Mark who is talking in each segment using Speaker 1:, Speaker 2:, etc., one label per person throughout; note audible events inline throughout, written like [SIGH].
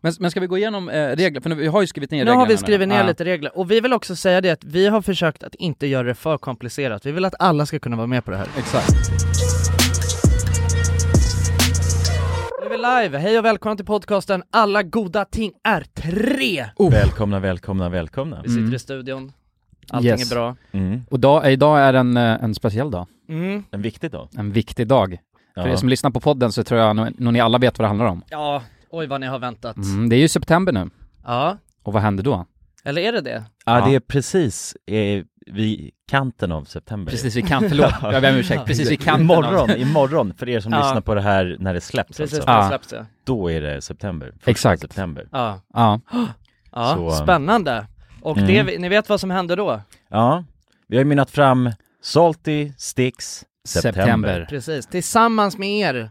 Speaker 1: Men, men ska vi gå igenom eh, regler? För nu, vi har ju skrivit ner
Speaker 2: Nu
Speaker 1: reglerna
Speaker 2: har vi skrivit ner
Speaker 1: Ah.
Speaker 2: lite regler, och vi vill också säga det att vi har försökt att inte göra det för komplicerat, vi vill att alla ska kunna vara med på det här.
Speaker 1: Exakt.
Speaker 2: Nu är vi live, hej och välkomna till podcasten Alla goda ting är tre!
Speaker 3: Välkomna, välkomna, välkomna.
Speaker 2: Vi sitter
Speaker 1: Oh. Mm.
Speaker 2: i studion, allting
Speaker 1: Yes.
Speaker 2: är bra.
Speaker 3: Mm.
Speaker 1: Och dag, idag är en, eh, en speciell dag.
Speaker 2: Mm.
Speaker 3: En viktig dag.
Speaker 1: En viktig dag. För er som lyssnar på podden så tror jag nog nog ni alla vet vad det handlar om.
Speaker 2: Ja, oj vad ni har väntat.
Speaker 1: Mm, det är ju september nu.
Speaker 2: Ja,
Speaker 1: Och vad händer då?
Speaker 2: eller är det det?
Speaker 3: ja, det är precis eh, vid kanten av september.
Speaker 1: Precis vid kanten, förlåt, jag ber om ursäkt. Precis vid kanten av-
Speaker 3: Imorgon, imorgon, för er som
Speaker 2: Ja.
Speaker 3: lyssnar på det här när det släpps
Speaker 2: Precis
Speaker 3: alltså.
Speaker 2: när det
Speaker 1: Ja.
Speaker 2: släpps det.
Speaker 3: Då är det september. Första
Speaker 1: Exakt.
Speaker 3: September.
Speaker 2: Ja,
Speaker 1: Ja,
Speaker 2: ja.
Speaker 3: Så, um,
Speaker 2: spännande. Och
Speaker 3: Mm.
Speaker 2: det, ni vet vad som hände då?
Speaker 3: Ja, vi har ju mynnat fram Salty, Sticks,
Speaker 1: september.
Speaker 3: September.
Speaker 2: Precis, tillsammans med er,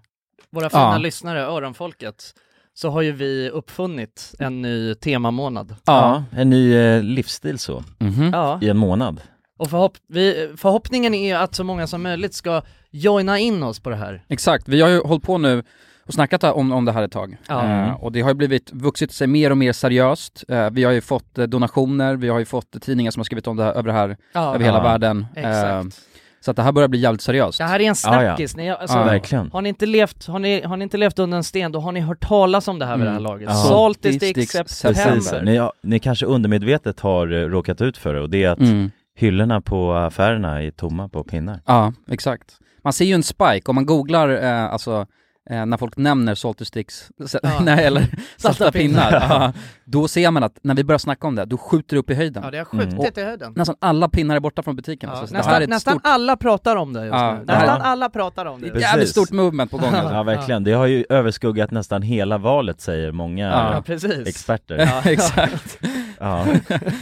Speaker 2: våra fina
Speaker 1: Ja.
Speaker 2: lyssnare, öronfolket, så har ju vi uppfunnit en ny temamånad.
Speaker 1: Ja.
Speaker 3: Ja, en ny eh, livsstil så,
Speaker 1: Mhm.
Speaker 2: Ja,
Speaker 3: i en månad.
Speaker 2: och förhopp vi, förhoppningen är att så många som möjligt ska joina in oss på det här.
Speaker 1: Exakt, vi har ju hållit på nu och snackat om, om det här ett tag.
Speaker 2: Ja.
Speaker 1: Eh, och det har ju blivit, vuxit sig mer och mer seriöst. Eh, vi har ju fått eh, donationer, vi har ju fått eh, tidningar som har skrivit om det här, över det här,
Speaker 2: Ja,
Speaker 1: över hela
Speaker 3: Ja.
Speaker 1: världen. Eh,
Speaker 2: exakt.
Speaker 1: så att det här börjar bli jävligt seriöst.
Speaker 2: Det här är en
Speaker 3: Ja, ja.
Speaker 2: snackis, ni, alltså,
Speaker 1: Ja.
Speaker 3: Verkligen.
Speaker 2: har, ni inte levt, har, ni, har ni inte levt under en sten, då har ni hört talas om det här vid det här
Speaker 1: Mm.
Speaker 2: laget.
Speaker 3: Ja.
Speaker 2: Salty
Speaker 1: Salty
Speaker 2: Sticks
Speaker 1: Sticks
Speaker 3: Precis.
Speaker 2: September.
Speaker 3: Ni, har- ni kanske undermedvetet har eh, råkat ut för det och det är att
Speaker 1: Mm.
Speaker 3: hyllorna på affärerna är tomma på pinnar.
Speaker 1: Ja, exakt. Man ser ju en spike, om man googlar eh, alltså eh, när folk nämner salty sticks, s-
Speaker 2: Ja.
Speaker 1: [LAUGHS] nej,
Speaker 2: [LAUGHS]
Speaker 1: eller salta pinnar,
Speaker 2: pinnar.
Speaker 1: ja, då ser man att när vi börjar snacka om det, då skjuter det upp i höjden.
Speaker 2: Ja, det har skjutit
Speaker 3: Mm.
Speaker 2: i höjden.
Speaker 1: Nästan alla pinnar är borta från butiken.
Speaker 2: Ja,
Speaker 1: alltså, så det här är
Speaker 2: nästan
Speaker 1: ett
Speaker 2: nästan
Speaker 1: stort,
Speaker 2: alla pratar om det just
Speaker 1: Ja,
Speaker 2: nu.
Speaker 1: det
Speaker 3: här-
Speaker 2: Nästan alla pratar om det.
Speaker 3: Precis.
Speaker 1: jävligt stort movement på
Speaker 2: [LAUGHS]
Speaker 1: gång. Alltså.
Speaker 3: Ja verkligen, det har ju överskuggat nästan hela valet säger många
Speaker 1: Ja.
Speaker 2: Ja, precis.
Speaker 3: experter.
Speaker 1: Ja,
Speaker 2: [LAUGHS]
Speaker 1: exakt.
Speaker 3: Ja.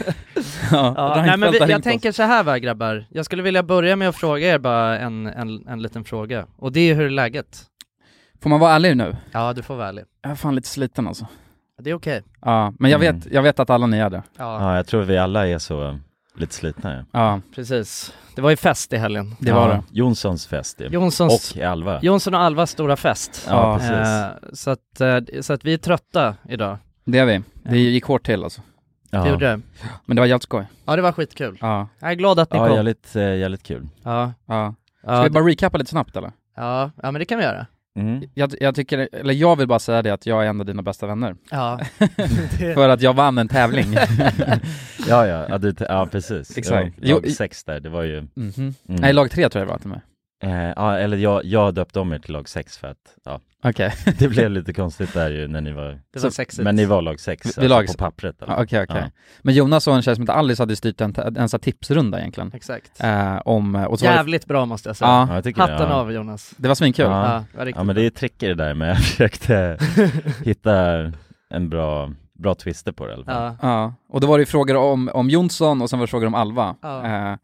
Speaker 1: Ja,
Speaker 2: Ja,
Speaker 1: Reinfeldt
Speaker 2: nej, men vi,
Speaker 1: har ringt
Speaker 2: jag
Speaker 1: oss.
Speaker 2: tänker så här va grabbar, jag skulle vilja börja med att fråga er bara en, en, en liten fråga, och det är hur är läget?
Speaker 1: Får man vara ärlig nu?
Speaker 2: Ja, du får vara ärlig.
Speaker 1: Jag är fan lite sliten alltså.
Speaker 2: Det är okej.
Speaker 1: Ja, men jag,
Speaker 3: Mm.
Speaker 1: vet, jag vet att alla ni är det.
Speaker 2: Ja,
Speaker 3: ja, jag tror vi alla är så eh, lite slitna ja.
Speaker 1: Ja,
Speaker 2: precis. Det var ju fest i helgen.
Speaker 1: det var
Speaker 3: ja.
Speaker 1: det.
Speaker 3: Jonssons fest ju.
Speaker 2: Jonssons,
Speaker 3: och Alva.
Speaker 2: Jonsson och Alvas stora fest.
Speaker 1: Ja.
Speaker 3: ja, precis.
Speaker 2: Eh, så, att, eh, så att vi är trötta idag.
Speaker 1: Det är vi. Det gick hårt till alltså.
Speaker 2: Det
Speaker 3: Ja.
Speaker 2: gjorde det.
Speaker 1: Men det var jävligt skoj.
Speaker 2: Ja, det var skitkul.
Speaker 1: Ja,
Speaker 2: Jag är glad att ni
Speaker 3: Ja,
Speaker 2: kom.
Speaker 3: jävligt, eh, jävligt kul.
Speaker 2: Ja,
Speaker 1: ja. Ska
Speaker 2: ja,
Speaker 1: vi bara recapa lite snabbt eller?
Speaker 2: ja, ja, men det kan vi göra.
Speaker 3: Mm.
Speaker 1: Jag, jag tycker, eller jag vill bara säga det att jag är en av dina bästa vänner.
Speaker 2: Ja,
Speaker 1: För att jag vann en tävling.
Speaker 3: Ja, ja, ja, du, ja precis.
Speaker 1: Exakt.
Speaker 3: Ja,
Speaker 1: Jo, i-
Speaker 3: lag sex där, det var ju...
Speaker 1: Mhm.
Speaker 3: Mm.
Speaker 1: Nej, lag tre tror jag det var till mig.
Speaker 3: eh, ja, eller jag, jag döpte om er till lag sex för att, ja,
Speaker 1: Okej,
Speaker 3: det blev lite konstigt där ju när ni var...
Speaker 2: det var sexigt.
Speaker 3: Men ni var lag sex,
Speaker 1: Vi- vi
Speaker 3: alltså,
Speaker 1: lag-
Speaker 3: på pappret. eller?
Speaker 1: Ja, okej, okej. Men Jonas och en tjej som heter Alice hade styrt en, en sån här tipsrunda egentligen.
Speaker 2: Exakt.
Speaker 1: Eh, om, och så var det,
Speaker 2: Jävligt bra måste jag säga.
Speaker 1: Ja.
Speaker 3: Ja, jag tycker det,
Speaker 2: Hatten
Speaker 3: ja.
Speaker 2: av Jonas.
Speaker 1: det var svinkul.
Speaker 3: Ja.
Speaker 2: Ja, det var riktigt
Speaker 3: Ja men det är tricky det där med, jag [LAUGHS] försökte hitta en bra, bra twister på det i alla
Speaker 2: bra.
Speaker 3: fall.
Speaker 2: ja.
Speaker 1: Ja, och då var det ju frågor om, om Jonsson och sen var det frågor om Alva.
Speaker 2: Ja.
Speaker 1: Eh,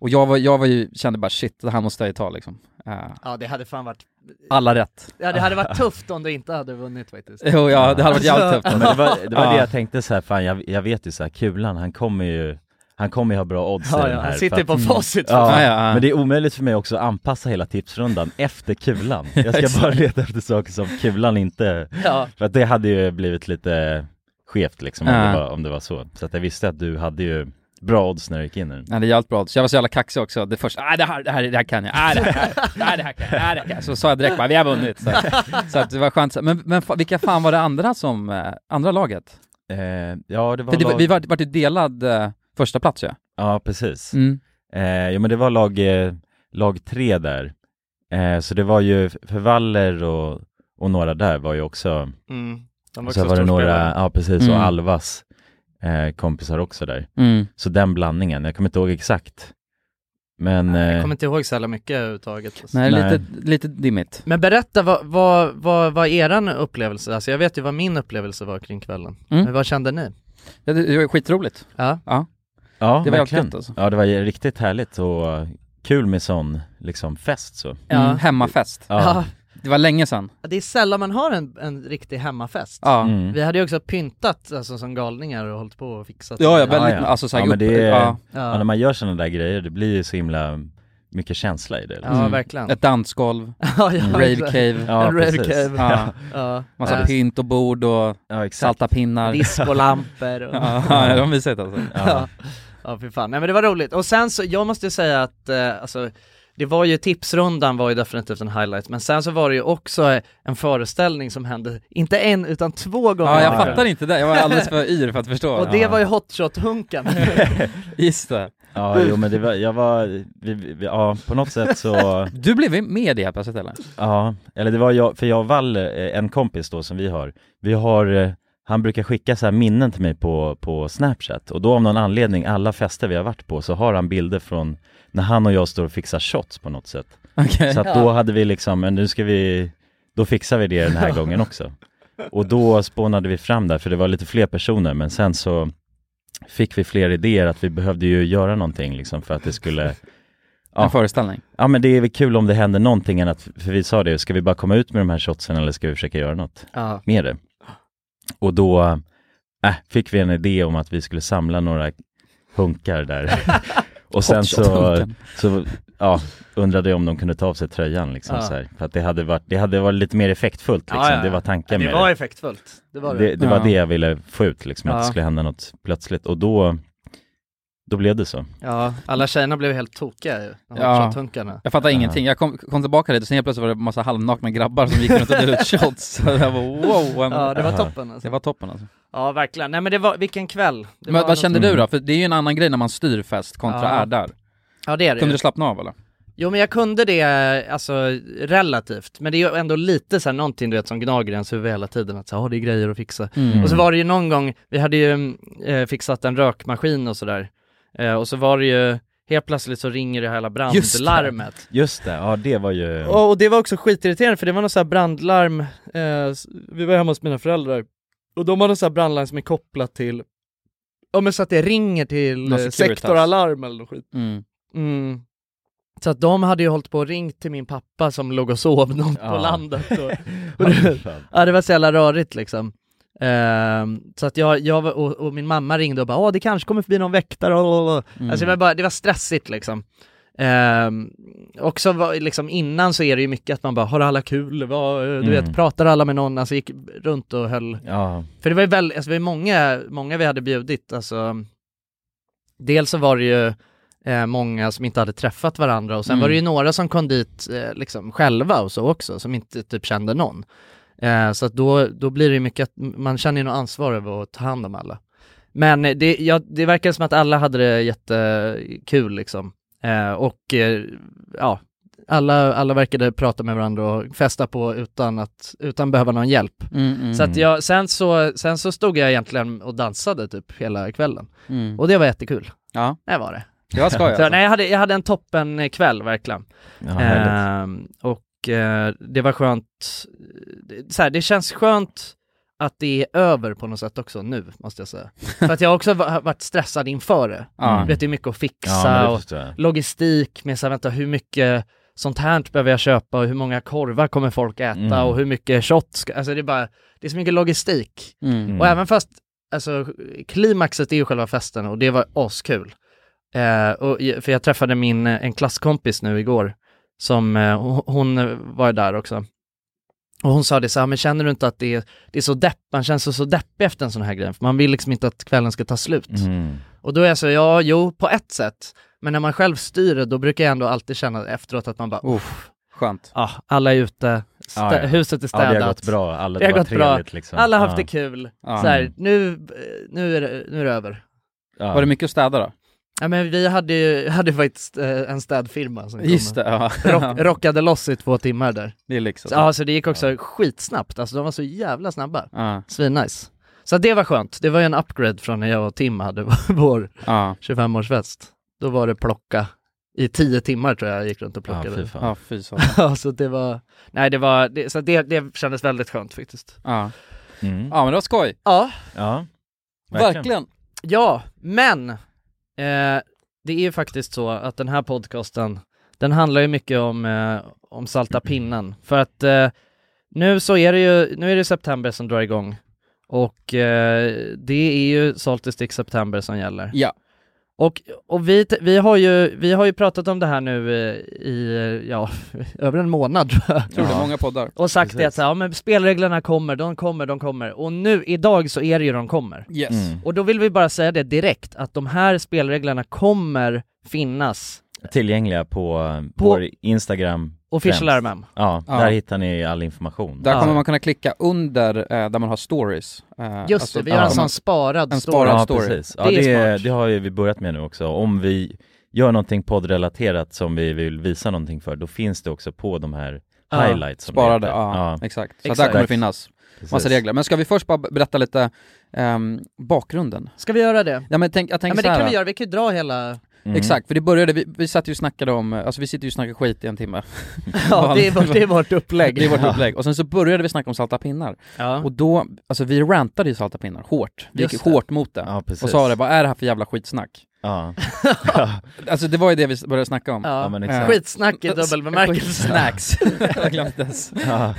Speaker 1: och jag, var, jag var ju, kände bara shit, det här måste jag ju ta liksom. Eh,
Speaker 2: ja, det hade fan varit...
Speaker 1: alla rätt.
Speaker 2: Ja, det hade varit tufft om du inte hade vunnit faktiskt.
Speaker 1: Jo, ja, det hade varit jävligt tufft.
Speaker 3: Men det var, det, var
Speaker 1: Ja.
Speaker 3: det jag tänkte så här, fan jag, jag vet ju så här, Kulan han kommer ju, han kommer ju ha bra odds i
Speaker 2: Ja,
Speaker 3: den
Speaker 2: ja,
Speaker 3: här.
Speaker 2: han
Speaker 3: för
Speaker 2: sitter
Speaker 3: att-
Speaker 2: på facit. för
Speaker 3: Ja,
Speaker 1: Ja, ja.
Speaker 3: men det är omöjligt för mig också att anpassa hela tipsrundan efter Kulan. Jag ska bara leta efter saker som Kulan inte,
Speaker 2: fan. Ja.
Speaker 3: för att det hade ju blivit lite skevt liksom om,
Speaker 1: Ja.
Speaker 3: det, var, om det var så. Så att jag visste att du hade ju bra odds när du gick in i den.
Speaker 1: Nej, det är jävligt bra. Så jag var så jävla kaxig också. Det första, nej det här, det här, det här kan jag, nej det här, nej det här kan jag, nej det här kan jag. Så sa jag direkt bara, vi har vunnit. Så, att- så att det var skönt. Men, men fa- vilka fan var det andra som, eh, andra laget?
Speaker 3: Eh, ja, det var,
Speaker 1: För det, var-
Speaker 3: lag...
Speaker 1: vi var, vart ju delad eh, första plats ju.
Speaker 3: Ja, precis.
Speaker 1: Mm.
Speaker 3: Eh, ja men det var lag, eh, lag tre där. Eh, så det var ju, för Waller och, och några där var ju också,
Speaker 2: Mm. De
Speaker 3: så var det några,
Speaker 2: storspelare.
Speaker 3: ja precis,
Speaker 1: Mm.
Speaker 3: och Alvas eh, kompisar också där.
Speaker 1: Mm.
Speaker 3: Så den blandningen, jag kommer inte ihåg exakt. Men,
Speaker 2: Jag
Speaker 3: eh,
Speaker 2: kommer inte ihåg så jävla mycket överhuvudtaget. alltså.
Speaker 1: Nej,
Speaker 3: Nej.
Speaker 1: Lite, lite dimmigt.
Speaker 2: Men berätta, vad, vad, vad, vad är eran upplevelse? Alltså jag vet ju vad min upplevelse var kring kvällen.
Speaker 1: Mm.
Speaker 2: Men vad kände ni?
Speaker 1: Ja, Det, det var skitroligt.
Speaker 2: Ja.
Speaker 3: ja
Speaker 1: det var
Speaker 3: verkligen.
Speaker 1: jävligt gött, alltså.
Speaker 3: Ja det var ju riktigt härligt och kul med sån liksom fest så.
Speaker 2: Ja.
Speaker 1: Mm. Hemmafest.
Speaker 3: Ja,
Speaker 1: Det var länge sedan.
Speaker 2: Ja, Det är sällan man har en, en riktig hemmafest.
Speaker 1: Ja.
Speaker 3: mm.
Speaker 2: Vi hade ju också pyntat alltså, som galningar och hållit på och fixat.
Speaker 1: Ja, ja,
Speaker 3: väl-
Speaker 1: väldigt,
Speaker 3: ja.
Speaker 1: alltså såhär,
Speaker 3: Ja, men det är-
Speaker 1: ja.
Speaker 3: ja,
Speaker 2: ja.
Speaker 3: när man gör sådana där grejer det blir ju så himla mycket känsla i det. liksom.
Speaker 2: Ja,
Speaker 1: Mm.
Speaker 2: verkligen.
Speaker 1: Ett dansgolv,
Speaker 2: [LAUGHS] ja, ja,
Speaker 1: rave
Speaker 2: exakt.
Speaker 1: cave,
Speaker 3: Ja,
Speaker 2: en
Speaker 3: precis.
Speaker 2: rave cave.
Speaker 1: ja,
Speaker 2: Ja.
Speaker 1: massa
Speaker 2: Ja.
Speaker 1: pynt och bord och
Speaker 3: Ja, exakt.
Speaker 1: salta pinnar.
Speaker 2: Discolampor och...
Speaker 1: Ja, [LAUGHS] ja, de har vi sett alltså.
Speaker 2: Ja, ja fy fan. Nej men det var roligt. Och sen så, jag måste ju säga att, eh, alltså, det var ju, tipsrundan var ju definitivt en highlight, men sen så var det ju också eh, en föreställning som hände, inte en utan två gånger.
Speaker 1: Ja, jag
Speaker 3: Ja,
Speaker 2: var det.
Speaker 1: fattar inte det. Jag var alldeles för yr för att förstå.
Speaker 2: [LAUGHS] Och det var
Speaker 1: [LAUGHS]
Speaker 2: ju hotshot-hunkan.
Speaker 1: Just det.
Speaker 3: Ja, jo men det var, jag var, vi, vi, ja på något sätt så,
Speaker 1: Du blev med i det här plötsligt eller?
Speaker 3: ja, eller det var jag, för jag och Valle, eh, en kompis då som vi har, vi har, eh, han brukar skicka så här minnen till mig på, på snapchat och då av någon anledning, alla fester vi har varit på så har han bilder från när han och jag står och fixar shots på något sätt.
Speaker 1: Okej.
Speaker 3: Så att då hade vi liksom, men nu ska vi, då fixar vi det den här gången också. Och då spånade vi fram där, för det var lite fler personer, men sen så fick vi fler idéer att vi behövde ju göra någonting liksom för att det skulle, Ja.
Speaker 1: En föreställning.
Speaker 3: ja men det är väl kul om det händer någonting än att, för vi sa det, ska vi bara komma ut med de här shotsen eller ska vi försöka göra något
Speaker 2: ja.
Speaker 3: med det? Och då, äh, fick vi en idé om att vi skulle samla några hunkar där.
Speaker 2: [LAUGHS]
Speaker 3: Och sen så,
Speaker 1: Hotshot-hunken.
Speaker 3: så ja, undrade jag om de kunde ta av sig tröjan liksom
Speaker 2: Ja.
Speaker 3: så här. För att det hade varit, det hade varit lite mer effektfullt liksom,
Speaker 2: Ja, ja, ja.
Speaker 3: det var tanken
Speaker 2: Det
Speaker 3: med
Speaker 2: var effektfullt. Det var
Speaker 3: det.
Speaker 2: det.
Speaker 3: Det, det var
Speaker 1: Ja.
Speaker 3: det jag ville få ut liksom, att
Speaker 2: Ja.
Speaker 3: det skulle hända något plötsligt och då, då blev det så.
Speaker 2: Ja, alla tjejerna blev helt tokiga ju,
Speaker 1: Ja.
Speaker 2: de hotshot-hunkarna.
Speaker 1: Jag fattar
Speaker 3: Ja.
Speaker 1: ingenting. Jag kom, kom tillbaka dit och sen helt plötsligt var det massa halvnakna grabbar som gick runt och delade ut shots. [LAUGHS] Så jag var wow. vad-
Speaker 2: Ja, det var
Speaker 3: Aha.
Speaker 2: toppen alltså.
Speaker 1: Det var toppen alltså.
Speaker 2: Ja, verkligen. Nej men det var, vilken kväll. Det
Speaker 1: Men
Speaker 2: var
Speaker 1: vad
Speaker 2: något-
Speaker 1: kände du
Speaker 3: Mm.
Speaker 1: då? För det är ju en annan grej när man styr fest kontra
Speaker 2: Ja.
Speaker 1: är där.
Speaker 2: Ja det är det ju.
Speaker 1: Kunde du slappna av eller?
Speaker 2: Jo men jag kunde det, alltså relativt, men det är ju ändå lite så här någonting du vet som gnager i ens huvud hela tiden, att så här, "Ah, det är grejer att fixa.
Speaker 1: Mm.
Speaker 2: Och så var det ju någon gång, vi hade ju mm, eh, fixat en rökmaskin och sådär, eh, och så var det ju, helt plötsligt så ringer det hela
Speaker 1: Just det.
Speaker 2: brandlarmet.
Speaker 3: Just det, ja det var ju,
Speaker 2: Och, och det var också skitirriterande för det var något så här brandlarm, eh, s- vi var hemma hos mina föräldrar, och de har något så här brandlarm som är kopplat till, ja men så att det ringer till
Speaker 1: Någon
Speaker 2: eh,
Speaker 1: Securitas.
Speaker 2: sektoralarm eller något skit.
Speaker 1: Mm.
Speaker 2: Mm. Så att de hade ju hållit på och ringt till min pappa som låg och sov någon på
Speaker 3: Ja.
Speaker 2: landet. Och,
Speaker 3: Ja,
Speaker 2: och
Speaker 3: fy
Speaker 2: det,
Speaker 3: fan.
Speaker 2: ja, det var så jävla rörigt liksom. Ehm, så att jag, jag var- och, och min mamma ringde och bara åh det kanske kommer förbi någon väktare, och, och, och.
Speaker 1: Mm.
Speaker 2: Alltså det var, bara, det var stressigt liksom. Ehm, också var, liksom innan så är det ju mycket att man bara har alla kul, Vad, eh, du
Speaker 3: Mm.
Speaker 2: vet pratar alla med någon, alltså gick runt och höll
Speaker 3: ja,
Speaker 2: för det var ju väldigt, alltså det var ju många, många vi hade bjudit, alltså Dels så var det ju eh, många som inte hade träffat varandra och sen
Speaker 1: Mm.
Speaker 2: var det ju några som kom dit eh, liksom själva och så också, som inte typ kände någon. Eh, så att då, då blir det ju mycket att man känner ju något ansvar över att ta hand om alla. Men eh, det, ja, det verkar som att alla hade det jättekul liksom. Eh, och eh, ja, alla, alla verkade prata med varandra och festa på utan att, utan behöva någon hjälp.
Speaker 1: Mm, mm,
Speaker 2: Så att jag, sen så, sen så stod jag egentligen och dansade typ hela kvällen.
Speaker 1: mm.
Speaker 2: Och det var jättekul.
Speaker 1: Ja,
Speaker 2: Det var det.
Speaker 1: det var skoj
Speaker 2: Så,
Speaker 1: alltså.
Speaker 2: nej, jag, hade, jag hade en toppen eh, kväll verkligen.
Speaker 3: ja härligt.
Speaker 2: Ehm, och eh, det var skönt, det- så här, det känns skönt att det är över på något sätt också nu, måste jag säga.
Speaker 3: [LAUGHS]
Speaker 2: För att jag har också va- har varit stressad inför det.
Speaker 1: Ja.
Speaker 2: Du vet, det är mycket att fixa
Speaker 3: Ja, men det
Speaker 2: och
Speaker 3: förstår jag.
Speaker 2: logistik med så här, vänta, hur mycket sånt här behöver jag köpa och hur många korvar kommer folk äta
Speaker 3: Mm.
Speaker 2: och hur mycket shot ska, alltså det är bara, det är så mycket logistik.
Speaker 1: Mm.
Speaker 2: Och även fast, alltså klimaxet är ju själva festen och det var askul. Eh, och, j- för jag träffade min, eh, en klasskompis nu igår, som, eh, ho- hon eh, var ju där också. Och hon sa det så här, men känner du inte att det är, det är så depp, man känns så, så deppig efter en sån här grej, för man vill liksom inte att kvällen ska ta slut.
Speaker 3: Mm.
Speaker 2: Och då är jag så, ja, jo, på ett sätt, men när man själv styr det, då brukar jag ändå alltid känna efteråt att man bara,
Speaker 1: Uff, skönt.
Speaker 2: ah, alla är ute, stä-
Speaker 3: Ja, ja.
Speaker 2: huset är
Speaker 3: Ja
Speaker 2: städat.
Speaker 3: det har gått bra, alla,
Speaker 2: Det
Speaker 3: det,
Speaker 2: har
Speaker 3: var
Speaker 2: gått bra.
Speaker 3: trevligt liksom.
Speaker 2: Alla har
Speaker 3: Ja.
Speaker 2: haft det kul.
Speaker 1: Ja.
Speaker 2: Så här, nu, eh, nu, är det, nu är det över.
Speaker 3: Ja.
Speaker 1: Var det mycket att städa då?
Speaker 2: Ja men vi hade ju, [LAUGHS] hade faktiskt eh, en städfirma som kom
Speaker 1: Just
Speaker 2: och
Speaker 1: det, ja. [LAUGHS]
Speaker 2: Rock, rockade loss i två timmar där.
Speaker 1: det är lyx
Speaker 2: Så,
Speaker 1: alltså.
Speaker 2: ja så det gick också skitsnabbt, alltså de var så jävla snabba.
Speaker 1: Ja,
Speaker 2: Svinnice. Så det var skönt, det var ju en upgrade från när jag och Tim hade [LAUGHS] vår
Speaker 1: ja,
Speaker 2: 25-årsfest. Då var det plocka, i tio timmar tror jag jag gick runt och
Speaker 3: Ja, fy
Speaker 2: plockade.
Speaker 3: fan.
Speaker 1: ja, fy
Speaker 3: [LAUGHS]
Speaker 1: så.
Speaker 2: [LAUGHS] Ja, så det var, nej det var, det, så det, det kändes väldigt skönt faktiskt.
Speaker 1: Ja.
Speaker 3: Mm.
Speaker 1: ja, men det var skoj.
Speaker 2: Ja,
Speaker 3: Ja.
Speaker 1: Verkligen.
Speaker 2: Ja, men eh, det är ju faktiskt så att den här podcasten, den handlar ju mycket om, eh, om salta pinnen. För att eh, nu så är det ju, nu är det september som drar igång. Och eh, det är ju Salt i Stick September som gäller.
Speaker 1: Ja.
Speaker 2: Och, och vi, t- vi, har ju, vi har ju pratat om det här nu eh, i, eh, ja, [LAUGHS] över en månad tror jag.
Speaker 1: Tror det,
Speaker 3: Ja.
Speaker 1: många poddar.
Speaker 2: Och sagt det
Speaker 3: Precis.
Speaker 2: att så här, ja, men spelreglerna kommer, de kommer, de kommer. Och nu, idag så är det ju de kommer.
Speaker 1: Yes.
Speaker 3: Mm.
Speaker 2: Och då vill vi bara säga det direkt, att de här spelreglerna kommer finnas.
Speaker 3: Tillgängliga på, eh,
Speaker 2: På-
Speaker 3: vår Instagram
Speaker 2: Official
Speaker 3: Främst.
Speaker 2: RMM.
Speaker 3: Ja,
Speaker 1: Ja.
Speaker 3: där hittar ni all information
Speaker 1: Där
Speaker 2: Ja.
Speaker 1: kommer man kunna klicka under eh, där man har stories. Eh,
Speaker 2: Just
Speaker 1: alltså,
Speaker 2: det, vi gör en
Speaker 1: ja.
Speaker 2: sån sparad
Speaker 1: en
Speaker 2: story.
Speaker 1: sparad-
Speaker 3: Ja,
Speaker 1: story.
Speaker 3: precis. Ja,
Speaker 2: Det är
Speaker 3: det, det,
Speaker 2: smart.
Speaker 3: har ju vi börjat med nu också. Om vi gör någonting poddrelaterat som vi vill visa någonting för, då finns det också på de här
Speaker 2: Ja,
Speaker 3: highlights som det
Speaker 1: Sparade,
Speaker 3: heter.
Speaker 1: ja, Exakt. Så
Speaker 2: Exakt.
Speaker 1: där kommer det finnas
Speaker 3: precis.
Speaker 1: massa regler. Men ska vi först bara berätta lite ehm, bakgrunden?
Speaker 2: Ska vi göra det?
Speaker 1: Ja men tänk, jag
Speaker 2: Ja
Speaker 1: tänker
Speaker 2: men det
Speaker 1: så här,
Speaker 2: kan vi göra, vi kan ju dra hela...
Speaker 3: Mm.
Speaker 1: Exakt, för det började, vi, vi satt ju och snackade om, eh, alltså vi sitter ju och snackar skit i en timme.
Speaker 2: Ja, det är, vårt- det är vårt upplägg.
Speaker 1: Det är vårt upplägg. Och sen så började vi snacka om salta pinnar.
Speaker 2: Ja.
Speaker 1: Och då, alltså vi rantade ju salta pinnar hårt. Vi gick
Speaker 2: Just det.
Speaker 1: hårt mot det.
Speaker 3: Ja, precis.
Speaker 1: och sa det, vad är det här för jävla skitsnack? [LAUGHS]
Speaker 3: Ja,
Speaker 1: Alltså det var ju det vi började snacka om.
Speaker 3: ja
Speaker 2: Ja.
Speaker 3: men
Speaker 1: Eh,
Speaker 3: exakt.
Speaker 2: Skitsnack i dubbel bemärkelse.
Speaker 1: Snacks. [LAUGHS] Jag har glömt det.
Speaker 3: Ja,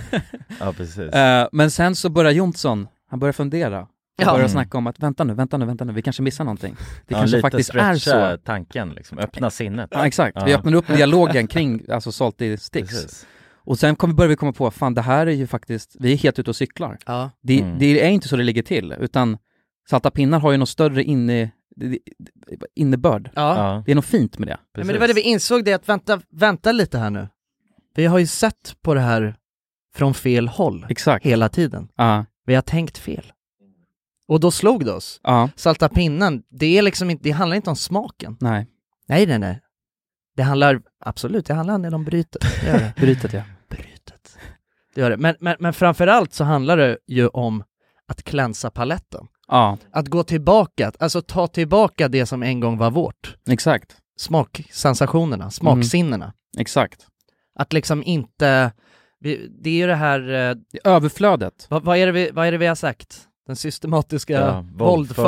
Speaker 3: ja precis.
Speaker 1: Eh, men sen så börjar Jonsson, han börjar fundera. Han
Speaker 2: Ja.
Speaker 1: börjar
Speaker 3: Mm.
Speaker 1: snacka om att vänta nu, vänta nu, vänta nu, vi kanske missar någonting. Det
Speaker 3: Ja,
Speaker 1: kanske
Speaker 3: lite
Speaker 1: faktiskt är
Speaker 3: stretcha
Speaker 1: så.
Speaker 3: tanken liksom, öppna sinnet.
Speaker 1: Ja, exakt, vi
Speaker 3: Ja.
Speaker 1: öppnar upp dialogen kring alltså salt i sticks.
Speaker 3: Precis.
Speaker 1: Och sen kommer, börjar vi komma på, fan det här är ju faktiskt, vi är helt ute och cyklar.
Speaker 2: Ja.
Speaker 1: Det,
Speaker 3: Mm.
Speaker 1: det är inte så det ligger till, utan salta pinnar har ju något större inne, det- det- innebörd.
Speaker 2: Ja.
Speaker 3: Ja,
Speaker 1: Det är något fint med det.
Speaker 2: Nej,
Speaker 3: precis.
Speaker 2: men det var det vi insåg, det att vänta, vänta lite här nu. Vi har ju sett på det här från fel håll
Speaker 1: Exakt.
Speaker 2: hela tiden.
Speaker 1: Ja,
Speaker 2: Vi har tänkt fel. Och då slog det oss.
Speaker 1: ja,
Speaker 2: Salta pinnen, det, är liksom inte, det handlar inte om smaken.
Speaker 1: nej,
Speaker 2: Nej, nej, nej. Det handlar, absolut, det handlar om det de [LAUGHS] bryter. Det gör det.
Speaker 1: brytet ja.
Speaker 2: Brytet. Det gör det. Men, men, men framförallt så handlar det ju om att klänsa paletten.
Speaker 1: Ja,
Speaker 2: Att gå tillbaka, att- alltså ta tillbaka det som en gång var vårt.
Speaker 1: exakt,
Speaker 2: Smaksensationerna, smaksinnena.
Speaker 1: exakt.
Speaker 2: Att liksom inte, vi, det är ju det här, eh,
Speaker 1: Det är Överflödet,
Speaker 2: vad, vad, är det vi, vad är det vi har sagt? Den systematiska
Speaker 3: Ja,
Speaker 2: våldföringen.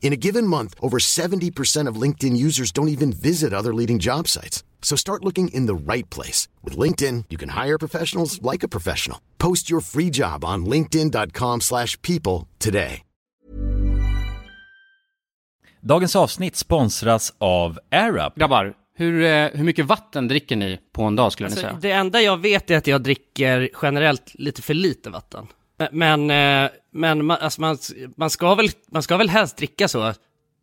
Speaker 4: In a given month, over 70% of LinkedIn users don't even visit other leading job sites. So start looking in the right place. With LinkedIn, you can hire professionals like a professional. Post your free job on linkedin.com/people slash people today.
Speaker 3: Dagens avsnitt sponsras av AirUp.
Speaker 5: Grabbar, hur, eh, hur mycket vatten dricker ni på en dag skulle ni
Speaker 2: Alltså,
Speaker 5: säga?
Speaker 2: det enda jag vet är att jag dricker generellt lite för lite vatten. Men, men, eh, men man, alltså man, man, ska väl, man ska väl helst dricka så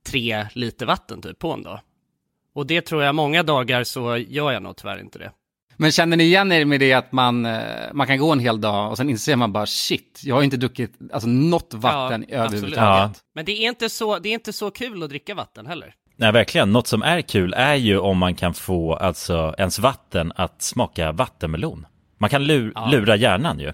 Speaker 2: tre liter vatten typ på en dag. Och det tror jag, många dagar så gör jag nog tyvärr inte det.
Speaker 5: Men känner ni igen er med det att man, eh, man kan gå en hel dag och sen inser man bara shit, jag har inte druckit alltså, något vatten
Speaker 2: Ja,
Speaker 5: överhuvudtaget.
Speaker 3: Ja.
Speaker 2: Men det är, inte så, det är inte så kul att dricka vatten heller.
Speaker 3: Nej, verkligen. Något som är kul är ju om man kan få alltså ens vatten att smaka vattenmelon. Man kan lu- lura hjärnan ju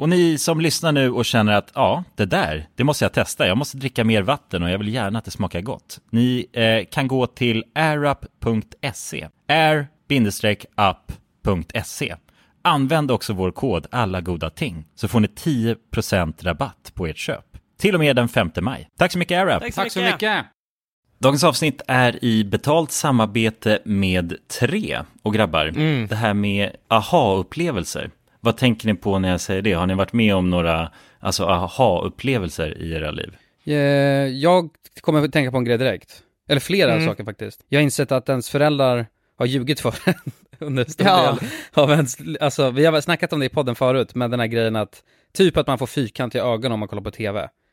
Speaker 3: Och ni som lyssnar nu och känner att ja, det där, det måste jag testa. Jag måste dricka mer vatten och jag vill gärna att det smakar gott. Ni eh, kan gå till airup.se. air-up.se. Använd också vår kod alla goda ting så får ni 10% rabatt på ert köp. Till och med den 5 maj. Tack så mycket AirUp!
Speaker 5: Tack så mycket.
Speaker 3: Dagens avsnitt är i betalt samarbete med Tre. Och grabbar, det här med aha-upplevelser. Vad tänker ni på när jag säger det? Har ni varit med om några alltså, aha-upplevelser i era liv?
Speaker 6: Eh, Jag kommer att tänka på en grej direkt. Eller flera saker faktiskt. Jag har insett att ens föräldrar har ljugit för en [LAUGHS] under en stor
Speaker 2: Ja.
Speaker 6: del av ens, alltså vi har snackat om det i podden förut, men den här grejen att, typ att man får fyrkantiga ögon om man kollar på TV.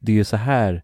Speaker 3: det är ju så här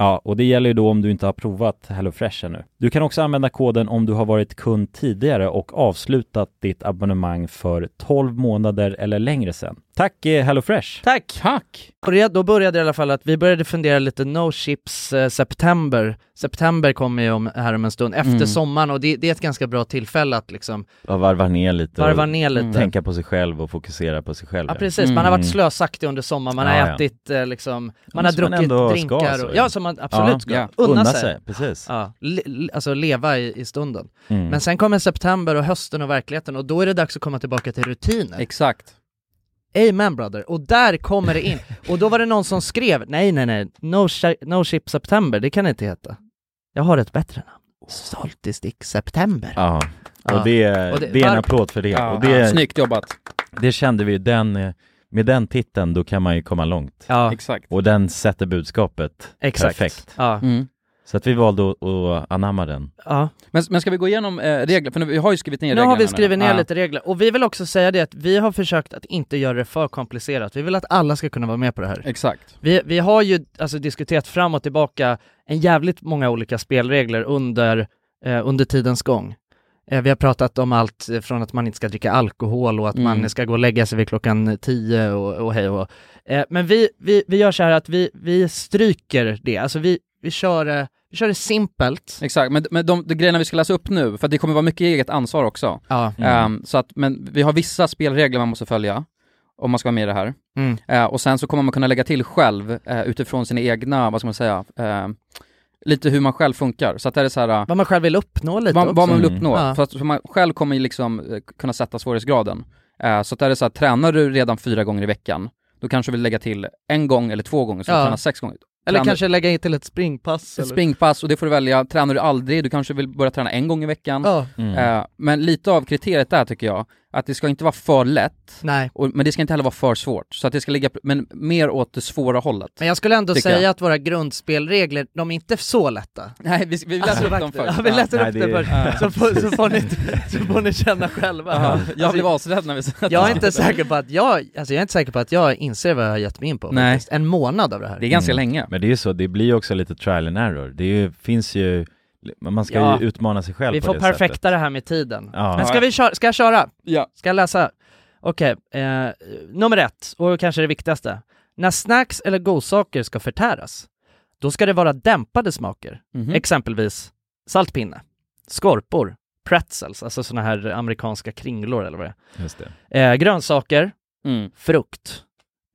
Speaker 3: Ja, och det gäller ju då om du inte har provat HelloFresh ännu. Du kan också använda koden om du har varit kund tidigare och avslutat ditt abonnemang för 12 månader eller längre sedan. Tack eh, HelloFresh!
Speaker 2: Tack!
Speaker 1: Tack!
Speaker 2: Börja- Då började i alla fall att vi började fundera lite no chips eh, september. September kommer ju om, här om en stund, efter
Speaker 1: Mm.
Speaker 2: sommaren och det, det är ett ganska bra tillfälle att liksom
Speaker 3: Jag varvar ner lite.
Speaker 2: varva ner lite.
Speaker 3: tänka på sig själv och fokusera på sig själv.
Speaker 2: Ja
Speaker 3: här.
Speaker 2: precis, man har varit
Speaker 3: Mm.
Speaker 2: slösaktig under sommaren, man har
Speaker 3: Ja, ja.
Speaker 2: ätit eh, liksom, man
Speaker 3: men
Speaker 2: har
Speaker 3: som man
Speaker 2: druckit
Speaker 3: ändå ska,
Speaker 2: drinkar
Speaker 3: så
Speaker 2: och,
Speaker 3: är
Speaker 2: ja
Speaker 3: det.
Speaker 2: som man absolut
Speaker 3: Ja,
Speaker 2: ska,
Speaker 1: ja.
Speaker 2: unna sig.
Speaker 3: Precis.
Speaker 2: Ja, le- le- alltså leva i, i stunden.
Speaker 3: Mm.
Speaker 2: Men sen kommer september och hösten och verkligheten och då är det dags att komma tillbaka till rutiner.
Speaker 1: Exakt.
Speaker 2: Amen brother, och där kommer det in. Och då var det någon som skrev, nej nej nej, no, shi- no ship september, det kan det inte heta. Jag har ett bättre namn. Salty stick september.
Speaker 3: Ja,
Speaker 2: Ja.
Speaker 3: och det,
Speaker 2: Och det-
Speaker 3: det, är
Speaker 2: var-
Speaker 3: en applåd för det.
Speaker 1: Ja,
Speaker 3: och det,
Speaker 1: Snyggt jobbat.
Speaker 3: det kände vi, den, eh, med den titeln då kan man ju komma långt.
Speaker 2: Ja,
Speaker 1: Exakt.
Speaker 3: Och den sätter budskapet
Speaker 2: exakt.
Speaker 3: perfekt.
Speaker 2: Ja.
Speaker 1: Mm.
Speaker 3: Så att vi valde att, att anamma den.
Speaker 2: ja.
Speaker 1: Men, men ska vi gå igenom eh, regler? För nu, vi har ju skrivit ner
Speaker 2: Nu
Speaker 1: reglerna
Speaker 2: har vi skrivit ner
Speaker 1: Ja.
Speaker 2: lite regler, och vi vill också säga det att vi har försökt att inte göra det för komplicerat. Vi vill att alla ska kunna vara med på det här.
Speaker 1: Exakt.
Speaker 2: Vi, vi har ju alltså, diskuterat fram och tillbaka en jävligt många olika spelregler under, eh, under tidens gång. Eh, vi har pratat om allt eh, från att man inte ska dricka alkohol och att
Speaker 1: Mm.
Speaker 2: man ska gå och lägga sig vid klockan tio och, och hej och hå. eh, Men vi, vi, vi gör så här att vi, vi stryker det, alltså vi, vi, kör, det- vi kör det simpelt.
Speaker 1: Exakt, men, men de, de grejerna vi ska läsa upp nu, för att det kommer vara mycket eget ansvar också.
Speaker 2: Ja.
Speaker 1: Ehm, så att, men vi har vissa spelregler man måste följa om man ska vara med i det här.
Speaker 2: Mm.
Speaker 1: Eh, och sen så kommer man kunna lägga till själv eh, utifrån sina egna, vad ska man säga, eh, lite hur man själv funkar. Så att det är så här, eh,
Speaker 2: Vad man själv vill uppnå lite
Speaker 1: vad,
Speaker 2: också.
Speaker 1: vad man vill
Speaker 3: Mm.
Speaker 1: uppnå.
Speaker 2: Ja.
Speaker 1: För att för man själv kommer ju liksom eh, kunna sätta svårighetsgraden. Eh, så att där är det så här, tränar du redan fyra gånger i veckan, då kanske du vill lägga till en gång eller två gånger, så
Speaker 2: Ja.
Speaker 1: du tränar sex gånger.
Speaker 2: Eller
Speaker 1: Tränar-
Speaker 2: kanske lägga in till ett springpass.
Speaker 1: ett
Speaker 2: Eller...
Speaker 1: springpass och det får du välja. Tränar du aldrig, du kanske vill börja träna en gång i veckan.
Speaker 2: Ja,
Speaker 3: Mm.
Speaker 1: Eh, men lite av kriteriet där tycker jag, att det ska inte vara för lätt,
Speaker 2: nej.
Speaker 1: och, men det ska inte heller vara för svårt. Så att det ska ligga, p- men mer åt det svåra hållet.
Speaker 2: Men jag skulle ändå
Speaker 1: Tycker
Speaker 2: säga
Speaker 1: jag.
Speaker 2: att våra grundspelregler, de är inte så lätta.
Speaker 1: Nej, vi, vi läser upp dem först.
Speaker 2: Alltså, Ja, vi läser
Speaker 3: Nej,
Speaker 2: upp
Speaker 3: det
Speaker 2: det
Speaker 3: är-
Speaker 2: först, så får, så, får ni, så får ni känna själva.
Speaker 1: Ja, jag blev
Speaker 2: alltså,
Speaker 1: asrädd när vi sa att-
Speaker 2: jag är inte säker på att jag, alltså jag är inte säker på att jag inser vad jag har gett mig in på
Speaker 1: Nej.
Speaker 2: faktiskt. En månad av det här.
Speaker 1: Det är ganska
Speaker 3: Mm.
Speaker 1: länge.
Speaker 3: Men det är ju så, det blir ju också lite trial and error. Det är ju, finns ju, man ska
Speaker 2: Ja.
Speaker 3: ju utmana sig själv
Speaker 2: vi
Speaker 3: på
Speaker 2: får
Speaker 3: det
Speaker 2: perfekta
Speaker 3: sättet.
Speaker 2: det här med tiden.
Speaker 3: Ja.
Speaker 2: Men ska vi köra, ska jag köra?
Speaker 1: Ja.
Speaker 2: Ska jag läsa? Okej, eh, nummer ett, och kanske det viktigaste. När snacks eller godsaker ska förtäras, då ska det vara dämpade smaker.
Speaker 1: Mhm.
Speaker 2: Exempelvis saltpinne, skorpor, pretzels, alltså sådana här amerikanska kringlor eller vad det
Speaker 3: Just det.
Speaker 2: är. Eh, grönsaker,
Speaker 1: Mm.
Speaker 2: frukt.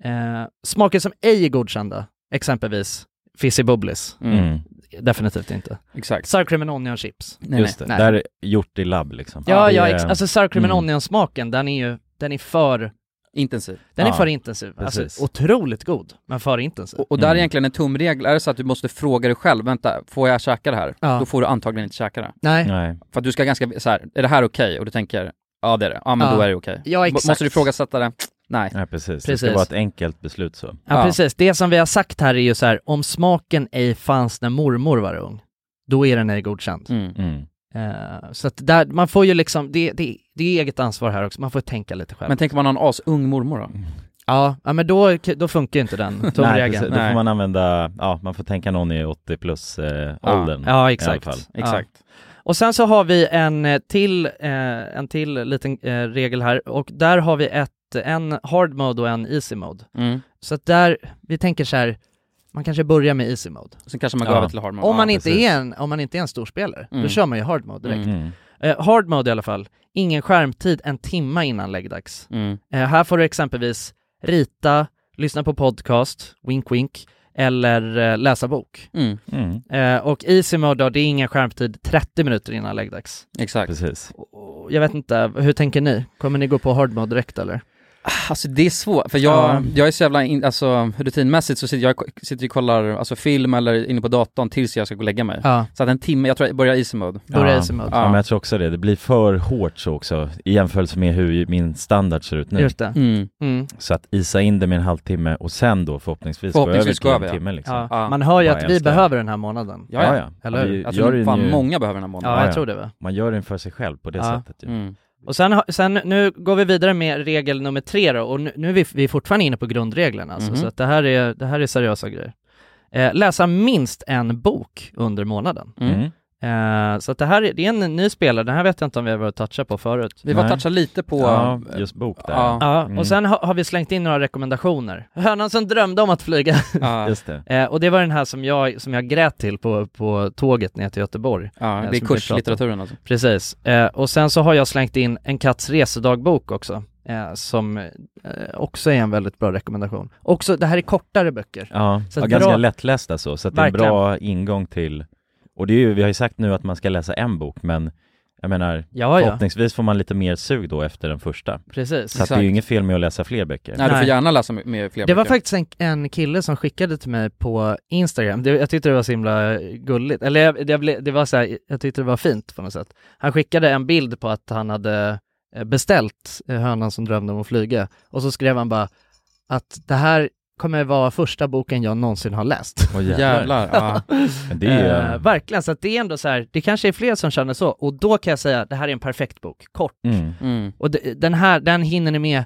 Speaker 2: Eh, smaker som ej är godkända, exempelvis fizzy-bubblis,
Speaker 1: Mm.
Speaker 3: Mm.
Speaker 2: definitivt inte.
Speaker 1: Exakt.
Speaker 2: Sour cream and onion chips.
Speaker 1: Nej,
Speaker 3: Just
Speaker 1: nej.
Speaker 3: det, där är gjort i labb liksom.
Speaker 2: Ja,
Speaker 3: Det
Speaker 2: ja,
Speaker 3: är-
Speaker 2: ex- alltså sour cream and
Speaker 3: mm.
Speaker 2: onion-smaken, den är ju, den är för,
Speaker 1: Intensiv.
Speaker 2: den är
Speaker 3: Ja,
Speaker 2: för intensiv. Alltså
Speaker 3: precis.
Speaker 2: otroligt god, men för intensiv.
Speaker 1: Och, och där är
Speaker 3: Mm.
Speaker 1: egentligen en tumregel, är det så att du måste fråga dig själv, vänta, får jag käka det här?
Speaker 2: Ja.
Speaker 1: Då får du antagligen inte käka det.
Speaker 2: Nej.
Speaker 3: Nej.
Speaker 1: För att du ska ganska, så här, är det här okej? Och du tänker, ja det är det, ja men
Speaker 2: Ja.
Speaker 1: då är det okej.
Speaker 2: Ja,
Speaker 1: M-
Speaker 2: exakt.
Speaker 1: Måste du ifrågasätta det? Nej.
Speaker 3: Nej, precis. Det
Speaker 2: Precis.
Speaker 3: ska vara ett enkelt beslut så.
Speaker 2: Ja,
Speaker 1: Ja.
Speaker 2: precis. Det som vi har sagt här är ju så här, om smaken ej fanns när mormor var ung, då är den ej godkänd.
Speaker 1: Mm.
Speaker 3: Mm.
Speaker 2: Eh, så att där, man får ju liksom, det, det, det är eget ansvar här också, man får tänka lite själv.
Speaker 1: Men tänker man ha en asung mormor då?
Speaker 2: ja, ja, men då, då funkar ju inte den
Speaker 3: [LAUGHS] Nej,
Speaker 2: tumregeln.
Speaker 3: precis. Då
Speaker 1: Nej.
Speaker 3: får man använda, ja man får tänka någon i 80 plus eh,
Speaker 1: Ja.
Speaker 3: åldern.
Speaker 2: Ja, exakt.
Speaker 3: fall.
Speaker 2: Ja.
Speaker 1: Exakt.
Speaker 2: Och sen så har vi en eh, till, eh, en till liten eh, regel här och där har vi ett, en hard mode och en easy mode.
Speaker 1: Mm.
Speaker 2: Så att där, vi tänker så här, man kanske börjar med easy mode.
Speaker 1: Sen kanske man gav
Speaker 3: Ja.
Speaker 1: det till Harmon.
Speaker 2: Om man, inte
Speaker 3: precis.
Speaker 2: är en, om man inte är en storspelare,
Speaker 1: Mm.
Speaker 2: då kör man ju hard mode direkt.
Speaker 3: Mm.
Speaker 2: Eh, hard mode i alla fall, ingen skärmtid en timme innan läggdags.
Speaker 1: Mm.
Speaker 2: Eh, här får du exempelvis rita, lyssna på podcast, wink wink, eller eh, läsa bok.
Speaker 1: Mm.
Speaker 3: Mm.
Speaker 2: Eh, och easy mode då, det är ingen skärmtid 30 minuter innan läggdags.
Speaker 1: Exakt.
Speaker 3: Precis.
Speaker 2: Och Jag vet inte, hur tänker ni? Kommer ni gå på hard mode direkt eller?
Speaker 1: Alltså det är svårt, för jag,
Speaker 2: Ja.
Speaker 1: jag är så jävla, in, alltså rutinmässigt så sitter jag sitter och kollar alltså, film eller inne på datorn tills jag ska gå och lägga mig.
Speaker 2: Ja,
Speaker 1: Så att en timme, jag tror jag börjar easy mode.
Speaker 2: börja
Speaker 3: Ja.
Speaker 2: easy mode.
Speaker 3: Ja. men jag tror också det, det blir för hårt så också i jämförelse med hur min standard ser ut nu.
Speaker 2: Just det.
Speaker 1: Mm.
Speaker 2: Mm.
Speaker 3: Så att isa in det med en halvtimme och sen då förhoppningsvis,
Speaker 1: Förhoppningsvis
Speaker 3: gå över
Speaker 1: gå
Speaker 3: till
Speaker 1: över,
Speaker 3: en
Speaker 1: ja.
Speaker 3: timme liksom.
Speaker 2: Ja.
Speaker 1: Ja.
Speaker 2: Man hör ju
Speaker 3: Vad
Speaker 2: att
Speaker 3: jag
Speaker 2: vi
Speaker 3: älskar.
Speaker 2: behöver den här månaden.
Speaker 1: Ja, ja.
Speaker 2: Eller hur?
Speaker 3: vi
Speaker 1: Jag
Speaker 3: gör
Speaker 1: tror
Speaker 3: den
Speaker 1: Alltså, fan
Speaker 3: ju,
Speaker 1: många behöver den här månaden.
Speaker 2: Ja,
Speaker 3: Ja,
Speaker 2: jag
Speaker 3: ja.
Speaker 2: tror det va?
Speaker 3: Man gör den för sig själv på det
Speaker 2: Ja.
Speaker 3: sättet ju.
Speaker 1: Mm.
Speaker 2: Och sen, har- sen nu går vi vidare med regel nummer tre då, och nu, nu är vi, vi är fortfarande inne på grundreglerna alltså,
Speaker 1: Mhm.
Speaker 2: så att det här är, det här är seriösa grejer. Eh, läsa minst en bok under månaden.
Speaker 1: Mm.
Speaker 3: Mm.
Speaker 2: Eh, så att det här är, det är en ny spelare, den här vet jag inte om vi har varit toucha på förut.
Speaker 1: Vi var
Speaker 3: Nej.
Speaker 1: toucha lite på... eh,
Speaker 3: Ja, just bok där.
Speaker 1: ja.
Speaker 2: Ja,
Speaker 3: Mm.
Speaker 2: och sen ha, har vi slängt in några rekommendationer. Hönan som drömde om att flyga. [LAUGHS]
Speaker 3: [LAUGHS]
Speaker 1: ja,
Speaker 3: Just det.
Speaker 2: Eh, och det var den här som jag, som jag grät till på, på tåget ner till Göteborg.
Speaker 1: ja, det är
Speaker 2: som
Speaker 1: kurslitteraturen alltså.
Speaker 2: Precis. Eh, och sen så har jag slängt in en katts resedagbok också, eh, som eh, också är en väldigt bra rekommendation. Också, det här är kortare böcker.
Speaker 3: Ja,
Speaker 2: Så
Speaker 3: ja
Speaker 2: att
Speaker 3: ganska
Speaker 2: bra-
Speaker 3: lättlästa så, så att det är en
Speaker 2: Verkligen.
Speaker 3: bra ingång till Och det är ju, vi har ju sagt nu att man ska läsa en bok men jag menar,
Speaker 2: Ah, Ja, ja,
Speaker 3: förhoppningsvis får man lite mer sug då efter den första.
Speaker 2: precis.
Speaker 3: Så att det är ju
Speaker 1: Exakt.
Speaker 3: inget fel med att läsa fler böcker.
Speaker 1: Nej, du får
Speaker 2: Nej.
Speaker 1: gärna läsa med, med fler
Speaker 2: Det var
Speaker 1: böcker.
Speaker 2: faktiskt en, en kille som skickade till mig på Instagram, det, jag tyckte det var så himla gulligt, eller jag, det, blev- det var så här, jag tyckte det var fint på något sätt. Han skickade en bild på att han hade eh, beställt eh, Hönan som drömde om att flyga, och så skrev han bara att det här kommer vara första boken jag någonsin har läst.
Speaker 3: Åh, [LAUGHS]
Speaker 1: Jävlar, ja.
Speaker 3: Men det är ju...
Speaker 2: Eh, verkligen, så att det är ändå så här, det kanske är fler som känner så, och då kan jag säga att det här är en perfekt bok, kort.
Speaker 3: Mm.
Speaker 1: Mm.
Speaker 2: Och de, den här, den hinner ni med,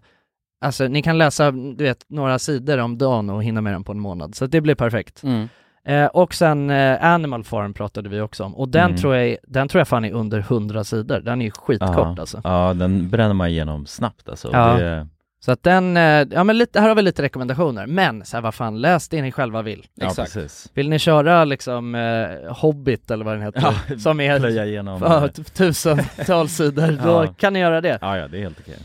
Speaker 2: alltså ni kan läsa, du vet, några sidor om dagen och hinna med den på en månad, så att det blir perfekt.
Speaker 1: Mm.
Speaker 2: Eh, och sen eh, Animal Farm pratade vi också om, och den,
Speaker 3: Mm.
Speaker 2: tror jag, är- den tror jag fan är under 100 sidor, den är ju skitkort
Speaker 3: Ja.
Speaker 2: alltså.
Speaker 3: Ja, den bränner man igenom snabbt alltså.
Speaker 2: Ja.
Speaker 3: Det,
Speaker 2: Så att den, eh, ja men lite, här har vi lite rekommendationer, men så här, vad fan, läs det ni själva vill.
Speaker 3: ja,
Speaker 1: Exakt.
Speaker 3: precis.
Speaker 2: Vill ni köra liksom eh, Hobbit eller vad den heter,
Speaker 3: Ja,
Speaker 2: som är
Speaker 3: Plöja igenom.
Speaker 2: Ja, t- tusentals
Speaker 3: [LAUGHS]
Speaker 2: sidor, då
Speaker 3: Ja.
Speaker 2: kan ni göra det.
Speaker 3: Ja, ja, det är helt okej.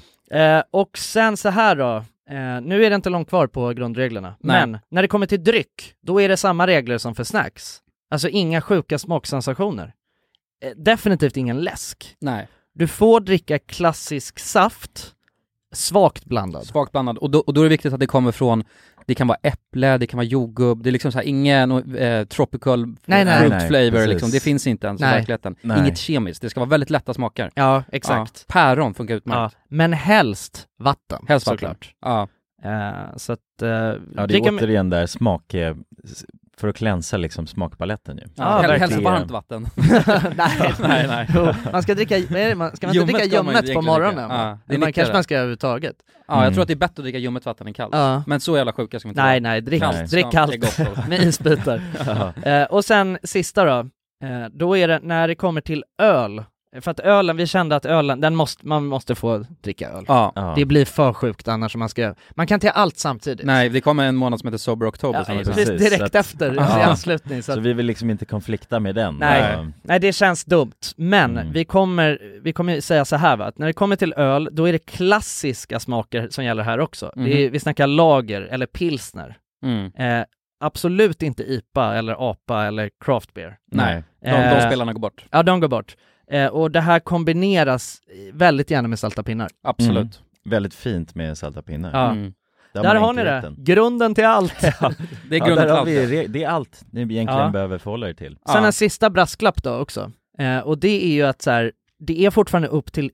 Speaker 2: Eh, och sen så här då, eh, nu är det inte långt kvar på grundreglerna,
Speaker 1: Nej.
Speaker 2: men när det kommer till dryck, då är det samma regler som för snacks. Alltså inga sjuka smaksensationer. Eh, definitivt ingen läsk.
Speaker 1: Nej,
Speaker 2: Du får dricka klassisk saft, svagt blandad.
Speaker 1: svagt blandad. Och då, och då är det viktigt att det kommer från, det kan vara äpple, det kan vara jordgubb, det är liksom så här ingen eh, tropical
Speaker 2: Nej, nej.
Speaker 1: fruit
Speaker 3: Nej, nej,
Speaker 1: flavor
Speaker 3: precis.
Speaker 1: liksom. Det finns inte ens
Speaker 2: Nej.
Speaker 1: i verkligheten.
Speaker 3: Nej.
Speaker 1: Inget kemiskt, det ska vara väldigt lätta smaker.
Speaker 2: Ja, exakt.
Speaker 1: Ja. Päron funkar
Speaker 2: Ja.
Speaker 1: utmärkt.
Speaker 2: Men helst vatten.
Speaker 1: Helst vatten.
Speaker 2: såklart.
Speaker 1: Ja.
Speaker 2: Eh, så att... eh,
Speaker 3: Ja, det
Speaker 2: dricka
Speaker 1: [LAUGHS]
Speaker 3: är
Speaker 2: med-
Speaker 3: återigen där smak, eh, s- för att klänsa liksom smakpaletten ju.
Speaker 1: Ja. Hell- helst [LAUGHS]
Speaker 3: verkligen.
Speaker 1: varmt vatten.
Speaker 2: [LAUGHS] nej,
Speaker 1: [LAUGHS] Nej, nej.
Speaker 2: Jo, man ska dricka, vad är det man- ska man inte dricka
Speaker 1: ska man ju
Speaker 2: ljummet på
Speaker 1: egentligen
Speaker 2: morgonen?
Speaker 1: dricka.
Speaker 2: va?
Speaker 1: Ja, det är
Speaker 2: man
Speaker 1: nyttigare.
Speaker 2: kanske man ska göra överhuvudtaget.
Speaker 1: Ja, jag
Speaker 3: Mm.
Speaker 1: tror att det är bättre att dricka ljummet vatten än kallt.
Speaker 2: Ja.
Speaker 1: Men så jävla sjuka ska vi inte
Speaker 2: Nej, nej, drick
Speaker 1: Kallt
Speaker 2: kallt,
Speaker 1: ska-
Speaker 2: drick
Speaker 1: är
Speaker 2: kallt
Speaker 1: gott också.
Speaker 2: [LAUGHS] med isbitar.
Speaker 3: Ja.
Speaker 2: Eh, och sen sista då, eh, då är det när det kommer till öl. För att ölen, vi kände att ölen, den måste, man måste få dricka öl.
Speaker 1: Ja.
Speaker 3: Ja.
Speaker 2: Det blir för sjukt annars om man ska, man kan inte göra allt samtidigt.
Speaker 1: Nej, det kommer en månad som heter Sober October
Speaker 2: ja,
Speaker 1: som vi sa.
Speaker 2: precis,
Speaker 3: precis,
Speaker 2: direkt
Speaker 3: så att-
Speaker 2: efter,
Speaker 3: Ja.
Speaker 2: i anslutning. Så
Speaker 3: Så
Speaker 2: att,
Speaker 3: vi vill liksom inte konflikta med den. Eh,
Speaker 2: Nej.
Speaker 3: Ja.
Speaker 2: Nej det känns dumt, men
Speaker 3: Mm.
Speaker 2: vi kommer, vi kommer säga så här va, att när det kommer till öl, då är det klassiska smaker som gäller här också. Det är, vi snackar lager eller pilsner.
Speaker 1: Mm.
Speaker 2: Eh, absolut inte IPA eller APA eller craft beer.
Speaker 1: Nej. De, de
Speaker 2: Eh,
Speaker 1: spelarna går bort.
Speaker 2: Ja, de går bort. Eh, och det här kombineras väldigt gärna med salta pinnar.
Speaker 1: Absolut.
Speaker 3: Väldigt fint med salta pinnar.
Speaker 2: mm. Ja.
Speaker 1: Mm.
Speaker 2: Där, har ni det,
Speaker 3: ingredienten.
Speaker 2: grunden
Speaker 1: [LAUGHS]
Speaker 2: till allt.
Speaker 1: Det är
Speaker 3: Ja, där
Speaker 1: grunden
Speaker 3: har
Speaker 1: till
Speaker 3: vi,
Speaker 1: allt.
Speaker 3: re- det är allt ni egentligen
Speaker 2: Ja.
Speaker 3: behöver förhålla er till.
Speaker 2: Sen
Speaker 1: Ja.
Speaker 2: en sista brasklapp då också. Eh, och det är ju att så här, det är fortfarande upp till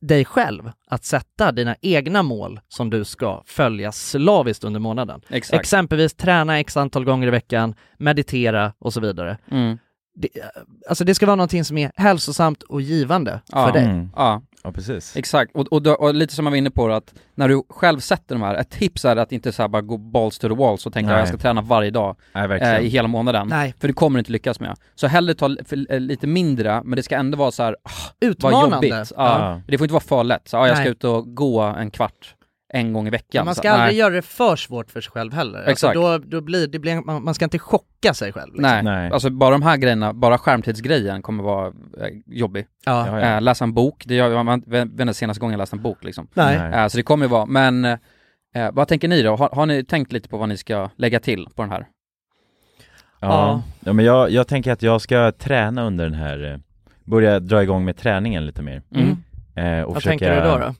Speaker 2: dig själv att sätta dina egna mål som du ska följa slaviskt under månaden.
Speaker 1: Exakt.
Speaker 2: Exempelvis träna x antal gånger i veckan, meditera och så vidare.
Speaker 1: Mm.
Speaker 2: Det, eh, alltså det ska vara någonting som är hälsosamt och givande
Speaker 1: Ja.
Speaker 2: för dig.
Speaker 3: Mm.
Speaker 1: Ja.
Speaker 3: Ja precis.
Speaker 1: Exakt, och, och, då- och lite som man var inne på att när du själv sätter de här, ett tips är att inte så här bara gå balls to the walls och tänka
Speaker 3: Nej.
Speaker 1: att jag ska träna varje dag
Speaker 3: Nej
Speaker 1: eh,
Speaker 3: verkligen.
Speaker 1: i hela månaden.
Speaker 2: Nej.
Speaker 1: För det kommer du inte lyckas med. Så hellre ta li- för, eh, lite mindre, men det ska ändå vara så här, ah, vad
Speaker 2: Utmanande.
Speaker 1: jobbigt. Ja. Det får inte vara för lätt, så, ah, jag ska
Speaker 2: Nej.
Speaker 1: ut och gå en kvart en gång i veckan.
Speaker 2: Man
Speaker 1: Så,
Speaker 2: ska aldrig
Speaker 1: nej.
Speaker 2: göra det för svårt för sig själv heller.
Speaker 1: Exakt.
Speaker 2: Alltså, då, då blir, det blir, man, man ska inte chocka sig själv. Liksom.
Speaker 1: Nej.
Speaker 3: Nej.
Speaker 1: alltså bara de här grejerna, bara skärmtidsgrejen kommer vara eh, jobbig.
Speaker 2: Ja.
Speaker 3: Ja, ja.
Speaker 1: Eh, läsa en bok, det gör man inte, vem vem är senaste gången jag läste en bok liksom.
Speaker 2: Nej.
Speaker 1: Eh, så det kommer ju vara, men eh, vad tänker ni då? Har, har ni tänkt lite på vad ni ska lägga till på den här?
Speaker 3: Ja. ja men jag, jag tänker att jag ska träna under den här, eh, börja dra igång med träningen lite mer.
Speaker 1: Mm.
Speaker 3: Eh, och
Speaker 2: Vad
Speaker 3: försöka,
Speaker 2: tänker du då? då?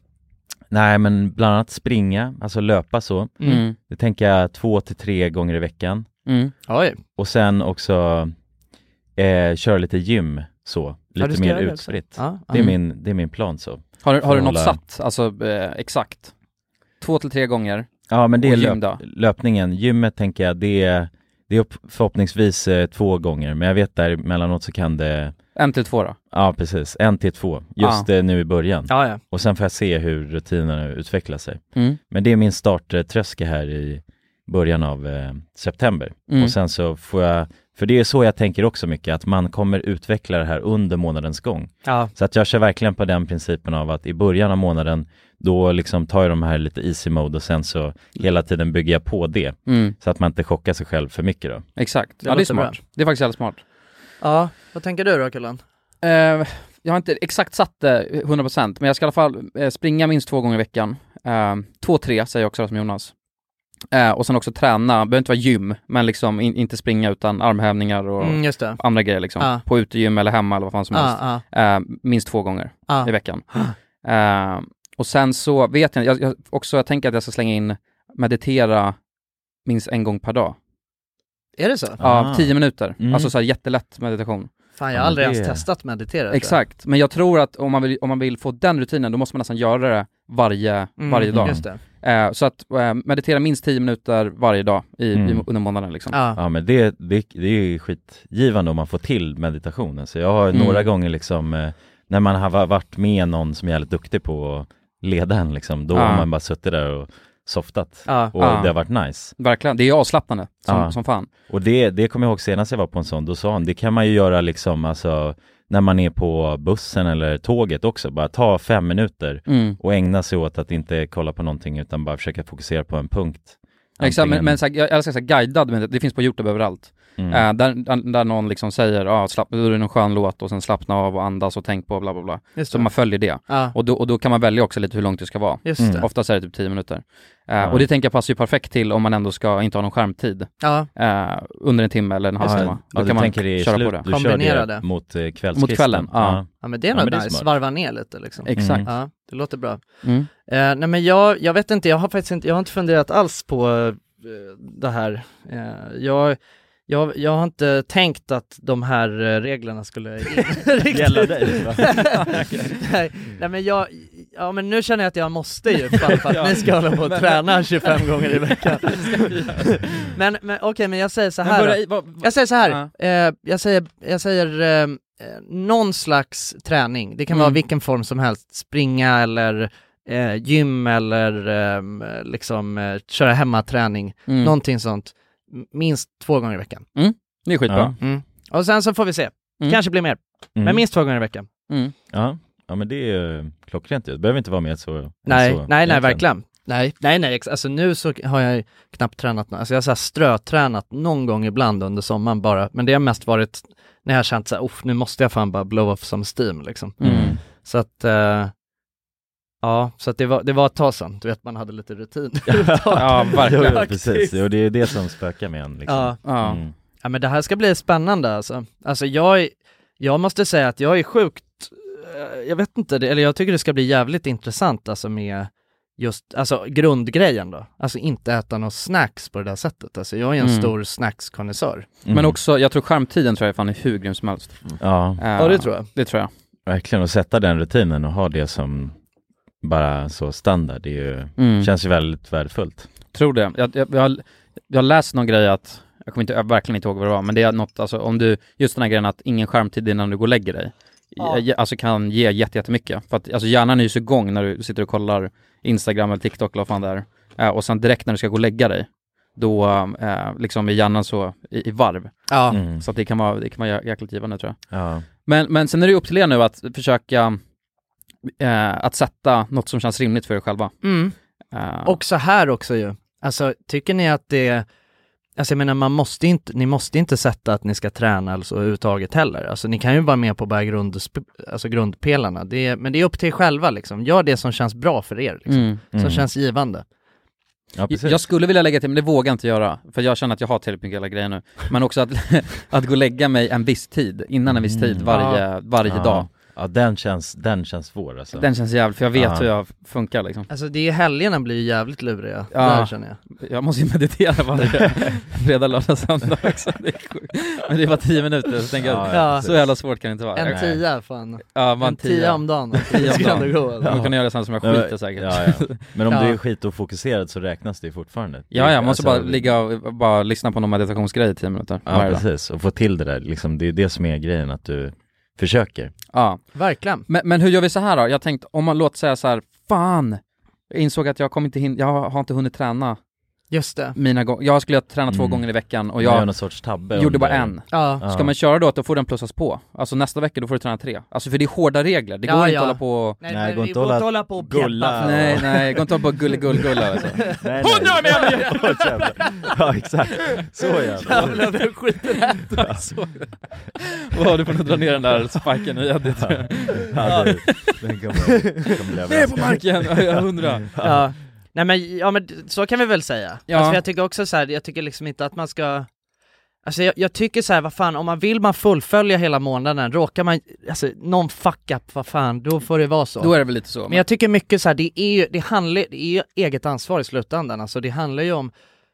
Speaker 3: Nej men bland annat springa, alltså löpa så.
Speaker 1: Mm. Mm.
Speaker 3: Det tänker jag två till tre gånger i veckan.
Speaker 2: Oj.
Speaker 3: Och sen också eh, köra lite gym så,
Speaker 2: Ja, du
Speaker 3: lite
Speaker 2: ska
Speaker 3: mer
Speaker 2: göra det också.
Speaker 3: utspritt.
Speaker 2: Ja.
Speaker 3: Det, är
Speaker 1: Mm.
Speaker 3: min, det är min plan så.
Speaker 1: Har, du- har du något
Speaker 3: Får hålla-
Speaker 1: satt, alltså eh, exakt? Två till tre gånger?
Speaker 3: Ja men det
Speaker 1: Och
Speaker 3: är
Speaker 1: gym
Speaker 3: löp,
Speaker 1: då?
Speaker 3: löpningen, gymmet tänker jag det är, det är upp- förhoppningsvis eh, två gånger men jag vet där emellanåt så kan det,
Speaker 1: En till två då?
Speaker 3: ja precis, en till två, just eh, nu i början.
Speaker 2: Ja, ja.
Speaker 3: Och sen får jag se hur rutinerna utvecklar sig.
Speaker 1: Mm.
Speaker 3: Men det är min starttröskel här i början av eh, september.
Speaker 1: Mm.
Speaker 3: Och sen så får jag, för det är så jag tänker också mycket, att man kommer utveckla det här under månadens gång.
Speaker 2: ja.
Speaker 3: Så att jag kör verkligen på den principen av att i början av månaden, då liksom tar jag de här lite easy mode och sen så hela tiden bygger jag på det.
Speaker 1: Mm.
Speaker 3: Så att man inte chockar sig själv för mycket då.
Speaker 1: Exakt,
Speaker 2: Det
Speaker 1: ja det är
Speaker 2: låter
Speaker 1: smart. Det är faktiskt jävligt smart.
Speaker 2: ja. Vad tänker du då Kullan?
Speaker 1: Eh, jag har inte exakt satt det 100% men jag ska i alla fall eh, springa minst två gånger i veckan. Eh, två, tre säger jag också som Jonas. Eh, och sen också träna, behöver inte vara gym, men liksom in, inte springa utan armhävningar och
Speaker 2: Mm, just det.
Speaker 1: andra grejer liksom.
Speaker 3: Ah.
Speaker 2: Ja.
Speaker 1: På utegym eller hemma eller vad fan som helst.
Speaker 2: Ja,
Speaker 1: Eh, minst två gånger
Speaker 2: ja,
Speaker 3: Ah.
Speaker 1: i
Speaker 2: ja.
Speaker 1: veckan. Eh, och sen så vet jag, jag, jag också, jag tänker att jag ska slänga in meditera minst en gång per dag.
Speaker 2: Är det så?
Speaker 1: Ja,
Speaker 3: Ah.
Speaker 1: tio minuter.
Speaker 3: Mm.
Speaker 1: Alltså så här jättelätt meditation.
Speaker 2: Fan, jag har
Speaker 3: Ja,
Speaker 2: aldrig
Speaker 3: det-
Speaker 2: ens testat meditera. tror jag.
Speaker 1: Exakt, men jag tror att om man vill, om man vill få den rutinen, då måste man nästan göra det varje,
Speaker 2: Mm,
Speaker 1: varje dag.
Speaker 2: Just det.
Speaker 1: Eh, så att eh, meditera minst 10 minuter varje dag i, i,
Speaker 3: Mm.
Speaker 1: under månaden liksom.
Speaker 2: Ja.
Speaker 3: Ja men det, det, det är ju skitgivande om man får till meditationen. Så jag har
Speaker 1: Mm.
Speaker 3: några gånger liksom, eh, när man har va- varit med någon som är jävligt duktig på att leda en liksom, då
Speaker 1: Ja.
Speaker 3: har man bara suttit där och softat.
Speaker 2: Ja.
Speaker 3: Och
Speaker 1: Ja.
Speaker 3: det har varit nice.
Speaker 1: Verkligen, det är avslappnande som,
Speaker 3: Ja.
Speaker 1: som fan.
Speaker 3: Och det, det kommer jag ihåg senast jag var på en sån, då sa han, det kan man ju göra liksom, alltså när man är på bussen eller tåget också, bara ta fem minuter
Speaker 1: Mm.
Speaker 3: och ägna sig åt att inte kolla på någonting utan bara försöka fokusera på en punkt.
Speaker 1: Exakt, men,
Speaker 3: Antingen-
Speaker 1: men så här, jag älskar så här, guidad, men det finns på Youtube överallt.
Speaker 3: mm.
Speaker 1: Eh, där, där, där någon liksom säger, ah, slapp, då är det någon skön låt och sen slappna av och andas och tänk på bla bla bla.
Speaker 2: Just
Speaker 1: Så
Speaker 2: det.
Speaker 1: man följer det.
Speaker 2: Ja,
Speaker 1: Och då, och då kan man välja också lite hur långt det ska vara.
Speaker 2: just
Speaker 3: Mm.
Speaker 2: det.
Speaker 1: Oftast är det typ 10 minuter. Eh,
Speaker 3: Ja.
Speaker 1: Och det tänker jag passar ju perfekt till om man ändå ska inte ha någon skärmtid.
Speaker 2: Ja,
Speaker 1: eh, under en timme eller en
Speaker 3: Ja,
Speaker 1: halvtimme.
Speaker 3: ja,
Speaker 1: Då
Speaker 3: du
Speaker 1: kan man
Speaker 3: tänker det i
Speaker 1: köra på
Speaker 3: slut,
Speaker 1: det.
Speaker 3: Du kör
Speaker 2: Kombinera det.
Speaker 3: det mot eh, kvällskvisten.
Speaker 1: Mot kvällen, ja.
Speaker 2: ja men det är
Speaker 3: Ja,
Speaker 2: nog
Speaker 3: men det är
Speaker 2: nice.
Speaker 3: smart.
Speaker 2: Varva ner lite liksom.
Speaker 1: Exakt.
Speaker 3: Mm.
Speaker 2: Ja, det låter bra.
Speaker 1: Mm.
Speaker 2: Eh, nej men jag, jag vet inte, jag har faktiskt inte, jag har inte funderat alls på eh, det här. Eh, jag, jag, jag har inte tänkt att de här eh, reglerna skulle riktigt-
Speaker 3: Gälla dig, va?
Speaker 2: nej, nej men jag, ja men nu känner jag att jag måste ju för för att
Speaker 1: Ja.
Speaker 2: ni ska hålla på och
Speaker 1: Men-
Speaker 2: träna 25 gånger i veckan. men men okej, men jag säger så här då. Jag säger så här, eh, jag säger, jag säger eh, eh, någon slags träning, det kan vara
Speaker 1: Mm.
Speaker 2: vilken form som helst, springa eller eh, gym eller eh, liksom eh, köra hemmaträning,
Speaker 1: mm.
Speaker 2: någonting sånt, M- minst två gånger i veckan.
Speaker 1: Det är skitbra.
Speaker 3: Ja.
Speaker 2: Och sen så får vi se,
Speaker 1: Mm.
Speaker 2: kanske blir mer,
Speaker 3: Mm.
Speaker 2: men minst två gånger i veckan.
Speaker 1: Mm.
Speaker 3: Ja. ja, men det är ju klockrent ju. Det behöver inte vara mer så. än
Speaker 2: Nej,
Speaker 3: så,
Speaker 2: nej, nej,
Speaker 3: egentligen.
Speaker 2: verkligen. Nej, nej, nej, ex- alltså nu så har jag knappt tränat, nå- alltså jag har så här strötränat någon gång ibland under sommaren bara, men det har mest varit när jag har känt så här, "Uff, nu måste jag fan bara blow off som steam liksom.
Speaker 3: [LAUGHS] Mm.
Speaker 2: Så att, eh, ja, så att det var, det var ett tag sedan, du vet man hade lite rutin.
Speaker 1: Ja,
Speaker 3: Jo,
Speaker 1: verkligen.
Speaker 3: jo, precis. Och det är det som spökar med en liksom.
Speaker 2: ja.
Speaker 1: Ja.
Speaker 3: Mm.
Speaker 2: [LAUGHS] ja, men det här ska bli spännande alltså. Alltså jag, är- jag måste säga att jag är sjukt, eh, jag vet inte, det- eller jag tycker det ska bli jävligt intressant alltså med just, alltså grundgrejen då. Alltså inte äta några snacks på det där sättet. Alltså jag är en
Speaker 1: Mm.
Speaker 2: stor snackskonnässör.
Speaker 3: Mm.
Speaker 1: Men också, jag tror skärmtiden tror jag fan är hur grym som helst.
Speaker 3: Ja,
Speaker 1: Eh,
Speaker 2: jag.
Speaker 1: Det tror jag.
Speaker 3: verkligen. Och sätta den rutinen och ha det som bara så standard. Det är ju,
Speaker 1: Mm.
Speaker 3: känns ju väldigt värdefullt.
Speaker 1: Tror det. Jag, jag, jag, har- jag har läst någon grej att, jag kommer inte, jag verkligen inte ihåg vad det var, men det är något, alltså om du, just den här grejen att ingen skärmtid innan du går och lägger dig. ja. ge- alltså kan ge jätte- jättemycket. För att alltså hjärnan är ju så igång när du sitter och kollar Instagram eller TikTok eller vad fan det är. Eh, och sen direkt när du ska gå och lägga dig, då eh, liksom är hjärnan så i, i varv.
Speaker 2: Ja,
Speaker 3: Mm.
Speaker 1: Så att det kan vara, det kan vara jä- jäkligt givande tror jag.
Speaker 3: Ja.
Speaker 1: Men, men sen är det ju upp till er nu att försöka eh, att sätta något som känns rimligt för er själva.
Speaker 2: Mm.
Speaker 1: Eh,
Speaker 2: Och så här också ju. Alltså, tycker ni att det... Alltså jag menar, man måste inte, ni måste inte sätta att ni ska träna eller så överhuvudtaget heller. Alltså ni kan ju vara med på bara grund, alltså grundpelarna. Det är, men det är upp till er själva liksom. Gör det som känns bra för er, liksom.
Speaker 1: mm.
Speaker 2: som
Speaker 3: Mm.
Speaker 2: känns givande.
Speaker 3: ja, precis.
Speaker 1: Jag skulle vilja lägga till, men det vågar jag inte göra, för jag känner att jag har tillräckligt mycket alla grejer nu. Men också att, [LAUGHS] att gå och lägga mig en viss tid, innan en viss tid,
Speaker 3: Mm.
Speaker 1: varje, varje
Speaker 3: ja.
Speaker 1: dag.
Speaker 3: Ja, den känns, den känns svår alltså.
Speaker 1: Den känns jävligt, för jag vet
Speaker 3: Ja.
Speaker 1: hur jag funkar liksom.
Speaker 2: Alltså det är helgerna blir ju jävligt luriga,
Speaker 1: Ja.
Speaker 2: där känner jag.
Speaker 1: Jag måste ju meditera varje
Speaker 3: [LAUGHS]
Speaker 1: fredag, lördag, söndag också. Det är sjukt. Men det är bara tio minuter, så tänker jag,
Speaker 2: Ja.
Speaker 3: precis.
Speaker 1: så jävla svårt kan det inte vara.
Speaker 2: En
Speaker 1: Jag-
Speaker 2: tia fan,
Speaker 1: Ja, bara
Speaker 2: en tia om dagen. Det skulle
Speaker 1: om dagen.
Speaker 2: ändå gå. alltså.
Speaker 1: Man kan göra sånt som jag skiter säkert.
Speaker 3: Ja, ja.
Speaker 1: [LAUGHS]
Speaker 3: Men om
Speaker 2: Ja.
Speaker 3: du är skitofokuserad så räknas det ju fortfarande.
Speaker 1: Ja, jag måste
Speaker 3: Alltså,
Speaker 1: bara ligga och bara lyssna på någon meditationsgrej i tio minuter
Speaker 3: Ja,
Speaker 1: varje dag.
Speaker 3: precis. Och få till det där liksom. Det är det som är grejen, att du försöker.
Speaker 1: Ja.
Speaker 2: Verkligen.
Speaker 1: Men, men hur gör vi så här då? Jag tänkte, om man låter säga så här, fan! Jag insåg att jag kommer inte hinna, jag har inte hunnit träna
Speaker 2: Just det.
Speaker 1: mina gånger, jag skulle ha tränat två
Speaker 3: Mm.
Speaker 1: gånger i veckan och
Speaker 3: Och jag gör någon
Speaker 1: jag
Speaker 3: sorts tabbe
Speaker 1: gjorde bara en.
Speaker 3: under-
Speaker 2: Ja.
Speaker 3: Ja.
Speaker 1: Ska man köra då att då får den plussas på? Alltså nästa vecka då får du träna tre. Alltså för det är hårda regler, det
Speaker 2: Ja,
Speaker 1: går inte
Speaker 2: ja.
Speaker 1: att hålla på och...
Speaker 3: Nej, men går vi inte får att inte hålla
Speaker 2: på och
Speaker 3: gulla peppa för- Ja.
Speaker 1: Nej, nej, gå inte och hålla på och gulligull-gulla
Speaker 3: [LAUGHS]
Speaker 1: alltså.
Speaker 3: Nej, Hon gör
Speaker 2: [LAUGHS]
Speaker 3: med [LAUGHS] Ja, exakt.
Speaker 1: [LAUGHS]
Speaker 3: Så jävlar.
Speaker 2: Jävlar, du skiter rätt.
Speaker 1: Wow, du får nog dra ner den där spiken i det tror jag.
Speaker 3: Ja, det- den kommer- kommer bli
Speaker 1: Ner på
Speaker 3: överraskad.
Speaker 1: marken, jag hundra.
Speaker 2: Ja. Nej men, ja men d- så kan vi väl säga.
Speaker 1: Ja.
Speaker 2: Alltså, för jag tycker också så här, jag tycker liksom inte att man ska Alltså jag, jag tycker så här, vad fan, om man vill man fullfölja hela månaden, råkar man, alltså någon fuck up, vad fan, då får det vara så.
Speaker 1: Då är det väl lite så.
Speaker 2: Men jag tycker mycket så här, det är ju, det handlar, det är ju eget ansvar i slutändan, alltså det handlar ju om,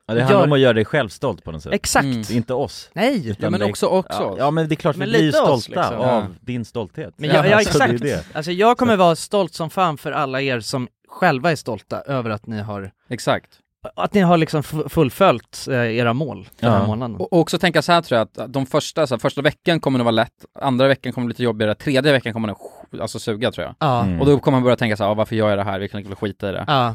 Speaker 3: Ja, det handlar
Speaker 2: Gör-
Speaker 3: om att göra dig själv stolt på något sätt.
Speaker 2: exakt,
Speaker 1: Mm.
Speaker 3: Det är Inte oss.
Speaker 2: nej!
Speaker 3: utan
Speaker 1: men
Speaker 3: det-
Speaker 1: också- också
Speaker 3: Ja,
Speaker 1: oss.
Speaker 3: ja men det är klart,
Speaker 2: Men
Speaker 3: vi blir ju
Speaker 2: lite
Speaker 3: stolta
Speaker 2: oss, liksom.
Speaker 3: av
Speaker 1: Ja.
Speaker 3: din stolthet.
Speaker 2: Men jag,
Speaker 1: Ja,
Speaker 2: ja,
Speaker 1: alltså,
Speaker 2: exakt,
Speaker 3: det är det.
Speaker 2: alltså jag kommer vara stolt som fan för alla er som själva är stolta över att ni har,
Speaker 1: Exakt.
Speaker 2: att ni har liksom f- fullföljt eh, era mål den här
Speaker 3: Ja.
Speaker 2: månaden.
Speaker 1: Och och också tänka så här tror jag, att- att de första, så här, första veckan kommer det vara lätt, andra veckan kommer det lite jobbigare, tredje veckan kommer den alltså suga tror jag.
Speaker 2: ja.
Speaker 3: Mm.
Speaker 1: Och då kommer man börja tänka så här, ah, varför gör jag det här, vi kan lika väl skita i det.
Speaker 2: Ja.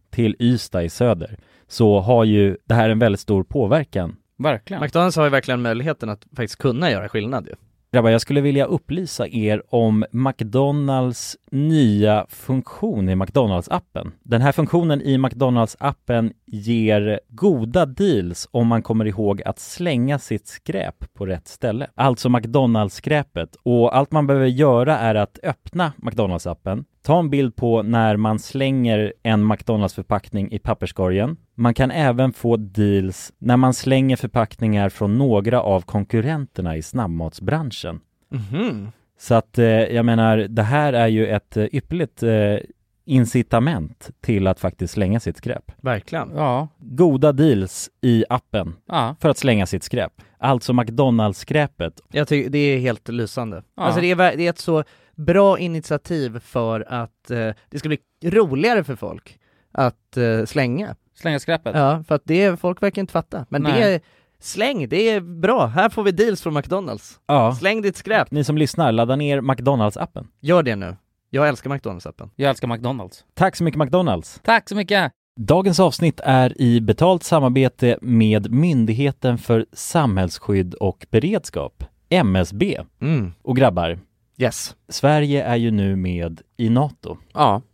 Speaker 3: till Ystad i söder, så har ju det här en väldigt stor påverkan.
Speaker 1: Verkligen.
Speaker 2: McDonalds har ju verkligen möjligheten att faktiskt kunna göra skillnad ju.
Speaker 3: Grabbar, jag skulle vilja upplysa er om McDonalds nya funktion i McDonalds-appen. Den här funktionen i McDonalds-appen ger goda deals om man kommer ihåg att slänga sitt skräp på rätt ställe. Alltså McDonalds-skräpet. Och allt man behöver göra är att öppna McDonalds-appen, ta en bild på när man slänger en McDonalds-förpackning i papperskorgen. Man kan även få deals när man slänger förpackningar från några av konkurrenterna i snabbmatsbranschen.
Speaker 2: Mhm.
Speaker 3: Så att eh, jag menar, det här är ju ett eh, ypperligt eh, incitament till att faktiskt slänga sitt skräp.
Speaker 2: Verkligen.
Speaker 1: Ja.
Speaker 3: Goda deals i appen
Speaker 1: Ja.
Speaker 3: för att slänga sitt skräp. Alltså McDonalds-skräpet.
Speaker 2: Jag tycker det är helt lysande.
Speaker 3: Ja.
Speaker 2: Alltså det är, ver- det är ett så bra initiativ för att eh, det ska bli roligare för folk att eh, slänga.
Speaker 1: Slänga skräpet?
Speaker 2: Ja, för att det, folk verkar inte fatta. Men det
Speaker 3: Nej.
Speaker 2: är, släng, det är bra. Här får vi deals från McDonalds.
Speaker 3: Ja.
Speaker 2: Släng ditt skräp.
Speaker 3: Ni som lyssnar, ladda ner McDonalds-appen.
Speaker 2: Gör det nu. Jag älskar McDonalds-appen.
Speaker 1: Jag älskar McDonalds.
Speaker 3: Tack så mycket McDonalds!
Speaker 1: Tack så mycket!
Speaker 3: Dagens avsnitt är i betalt samarbete med Myndigheten för samhällsskydd och beredskap, MSB.
Speaker 2: Mm.
Speaker 3: Och grabbar,
Speaker 2: yes.
Speaker 3: Sverige är ju nu med i NATO.
Speaker 1: Ja.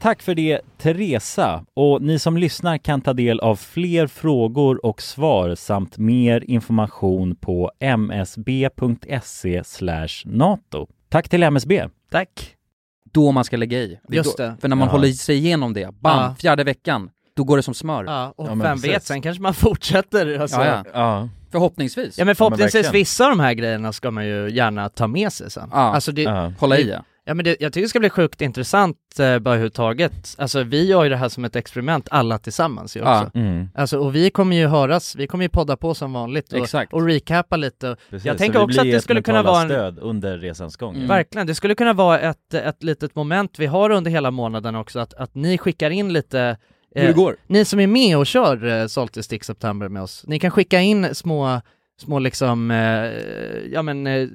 Speaker 3: Tack för det Teresa och ni som lyssnar kan ta del av fler frågor och svar samt mer information på msb.se E nato. Tack till MSB.
Speaker 2: Tack.
Speaker 1: Då man ska lägga i. är
Speaker 2: Just
Speaker 1: då,
Speaker 2: det.
Speaker 1: För när man
Speaker 2: Ja.
Speaker 1: håller sig igenom det, bam,
Speaker 2: Ja.
Speaker 1: fjärde veckan, då går det som smör.
Speaker 2: Ja, och vem vet, sen kanske man [LAUGHS] fortsätter alltså.
Speaker 1: Ja, ja. Förhoppningsvis.
Speaker 2: Ja men
Speaker 1: Ja, men
Speaker 2: förhoppningsvis
Speaker 1: verkligen.
Speaker 2: vissa av de här grejerna ska man ju gärna ta med sig sen.
Speaker 1: Ja,
Speaker 2: Alltså det,
Speaker 1: ja. Hålla i
Speaker 2: det.
Speaker 1: det.
Speaker 2: Ja men det, jag tycker det ska bli sjukt intressant eh, bara överhuvudtaget. Alltså vi gör ju det här som ett experiment alla tillsammans ju
Speaker 1: Ja.
Speaker 2: också.
Speaker 1: Mm.
Speaker 2: Alltså och vi kommer ju höras, vi kommer ju podda på som vanligt och,
Speaker 3: Exakt.
Speaker 2: och recapa lite. Och
Speaker 3: Precis,
Speaker 2: jag
Speaker 3: så
Speaker 2: tänker också att
Speaker 3: blir
Speaker 2: det
Speaker 3: ett
Speaker 2: skulle kunna
Speaker 3: mentala
Speaker 2: vara en... Mm.
Speaker 3: stöd Mm. under resans gång.
Speaker 2: Verkligen, det skulle kunna vara ett, ett litet moment vi har under hela månaden också, att, att ni skickar in lite eh,
Speaker 1: Hur det går.
Speaker 2: Ni som är med och kör eh, Salty Stick September med oss, ni kan skicka in små små liksom, eh, ja men eh,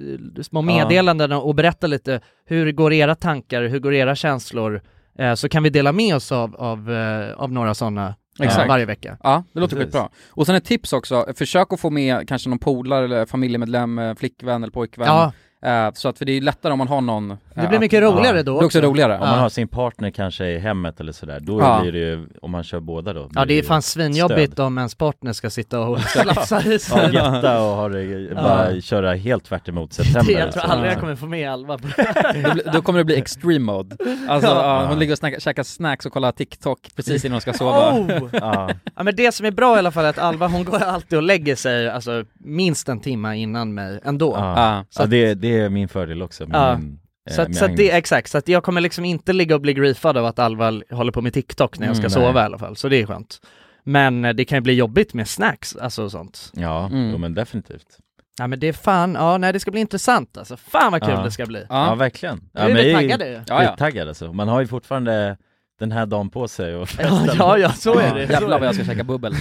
Speaker 2: små
Speaker 1: Ja.
Speaker 2: meddelanden och berätta lite hur går era tankar, hur går era känslor, eh, så kan vi dela med oss av, av, eh, av några sådana eh,
Speaker 1: Exakt.
Speaker 2: varje vecka.
Speaker 1: Ja, det låter
Speaker 2: Precis.
Speaker 1: skitbra. Och sen ett tips också, försök att få med kanske någon polare eller familjemedlem, eh, flickvän eller pojkvän.
Speaker 2: Ja.
Speaker 1: Eh, Så att, för det är lättare om man har någon... eh,
Speaker 2: Det blir mycket roligare
Speaker 1: ja.
Speaker 2: då
Speaker 1: Det blir också
Speaker 2: också.
Speaker 1: roligare.
Speaker 2: Ja.
Speaker 3: Om man har sin partner kanske i hemmet eller sådär, då
Speaker 1: Ja.
Speaker 3: blir det ju, om man kör båda då
Speaker 2: Ja
Speaker 3: blir
Speaker 2: det är
Speaker 3: ju
Speaker 2: fan
Speaker 3: stöd.
Speaker 2: svinjobbigt om ens partner ska
Speaker 1: [LAUGHS]
Speaker 2: sitta och slafsa i sig.
Speaker 3: Ja, jätta och
Speaker 2: [LAUGHS]
Speaker 3: ha det, bara köra helt tvärt emot september
Speaker 2: Det, jag tror
Speaker 3: alltså.
Speaker 2: aldrig jag kommer få med Alva på
Speaker 1: Då blir- Då kommer
Speaker 2: [LAUGHS]
Speaker 1: det bli extreme mode. Alltså,
Speaker 2: Ja.
Speaker 1: ja. hon ligger och snacka, käkar snacks och kollar TikTok precis innan hon ska sova.
Speaker 2: Oh! ja. men det som är bra i alla fall är att Alva hon går alltid och lägger sig alltså minst en timme innan mig ändå.
Speaker 3: Ja. Ja.
Speaker 2: Så att-
Speaker 3: det, det det är min fördel också med
Speaker 2: Ja.
Speaker 3: min, eh,
Speaker 2: Så, att,
Speaker 3: med
Speaker 2: så att
Speaker 3: Agnes.
Speaker 2: det, exakt, så att jag kommer liksom inte ligga och bli griefad av att Alva håller på med TikTok när jag ska
Speaker 3: Mm, nej.
Speaker 2: sova i alla fall, så det är skönt. Men eh, det kan ju bli jobbigt med snacks, alltså och sånt.
Speaker 3: Ja,
Speaker 2: Mm.
Speaker 3: jo, men definitivt
Speaker 2: Ja men det är fan, ja nej det ska bli intressant alltså. Fan vad kul
Speaker 3: ja.
Speaker 2: det ska bli.
Speaker 3: Ja, verkligen
Speaker 2: Nu är
Speaker 3: men
Speaker 2: vi
Speaker 3: jag
Speaker 2: taggade ju.
Speaker 3: Ja, ja. taggad alltså, man har ju fortfarande den här dagen på sig och
Speaker 2: [LAUGHS] Ja, ja, ja, så är det.
Speaker 1: Jävlar
Speaker 2: Så är
Speaker 1: vad jag
Speaker 2: det.
Speaker 1: ska käka bubbel.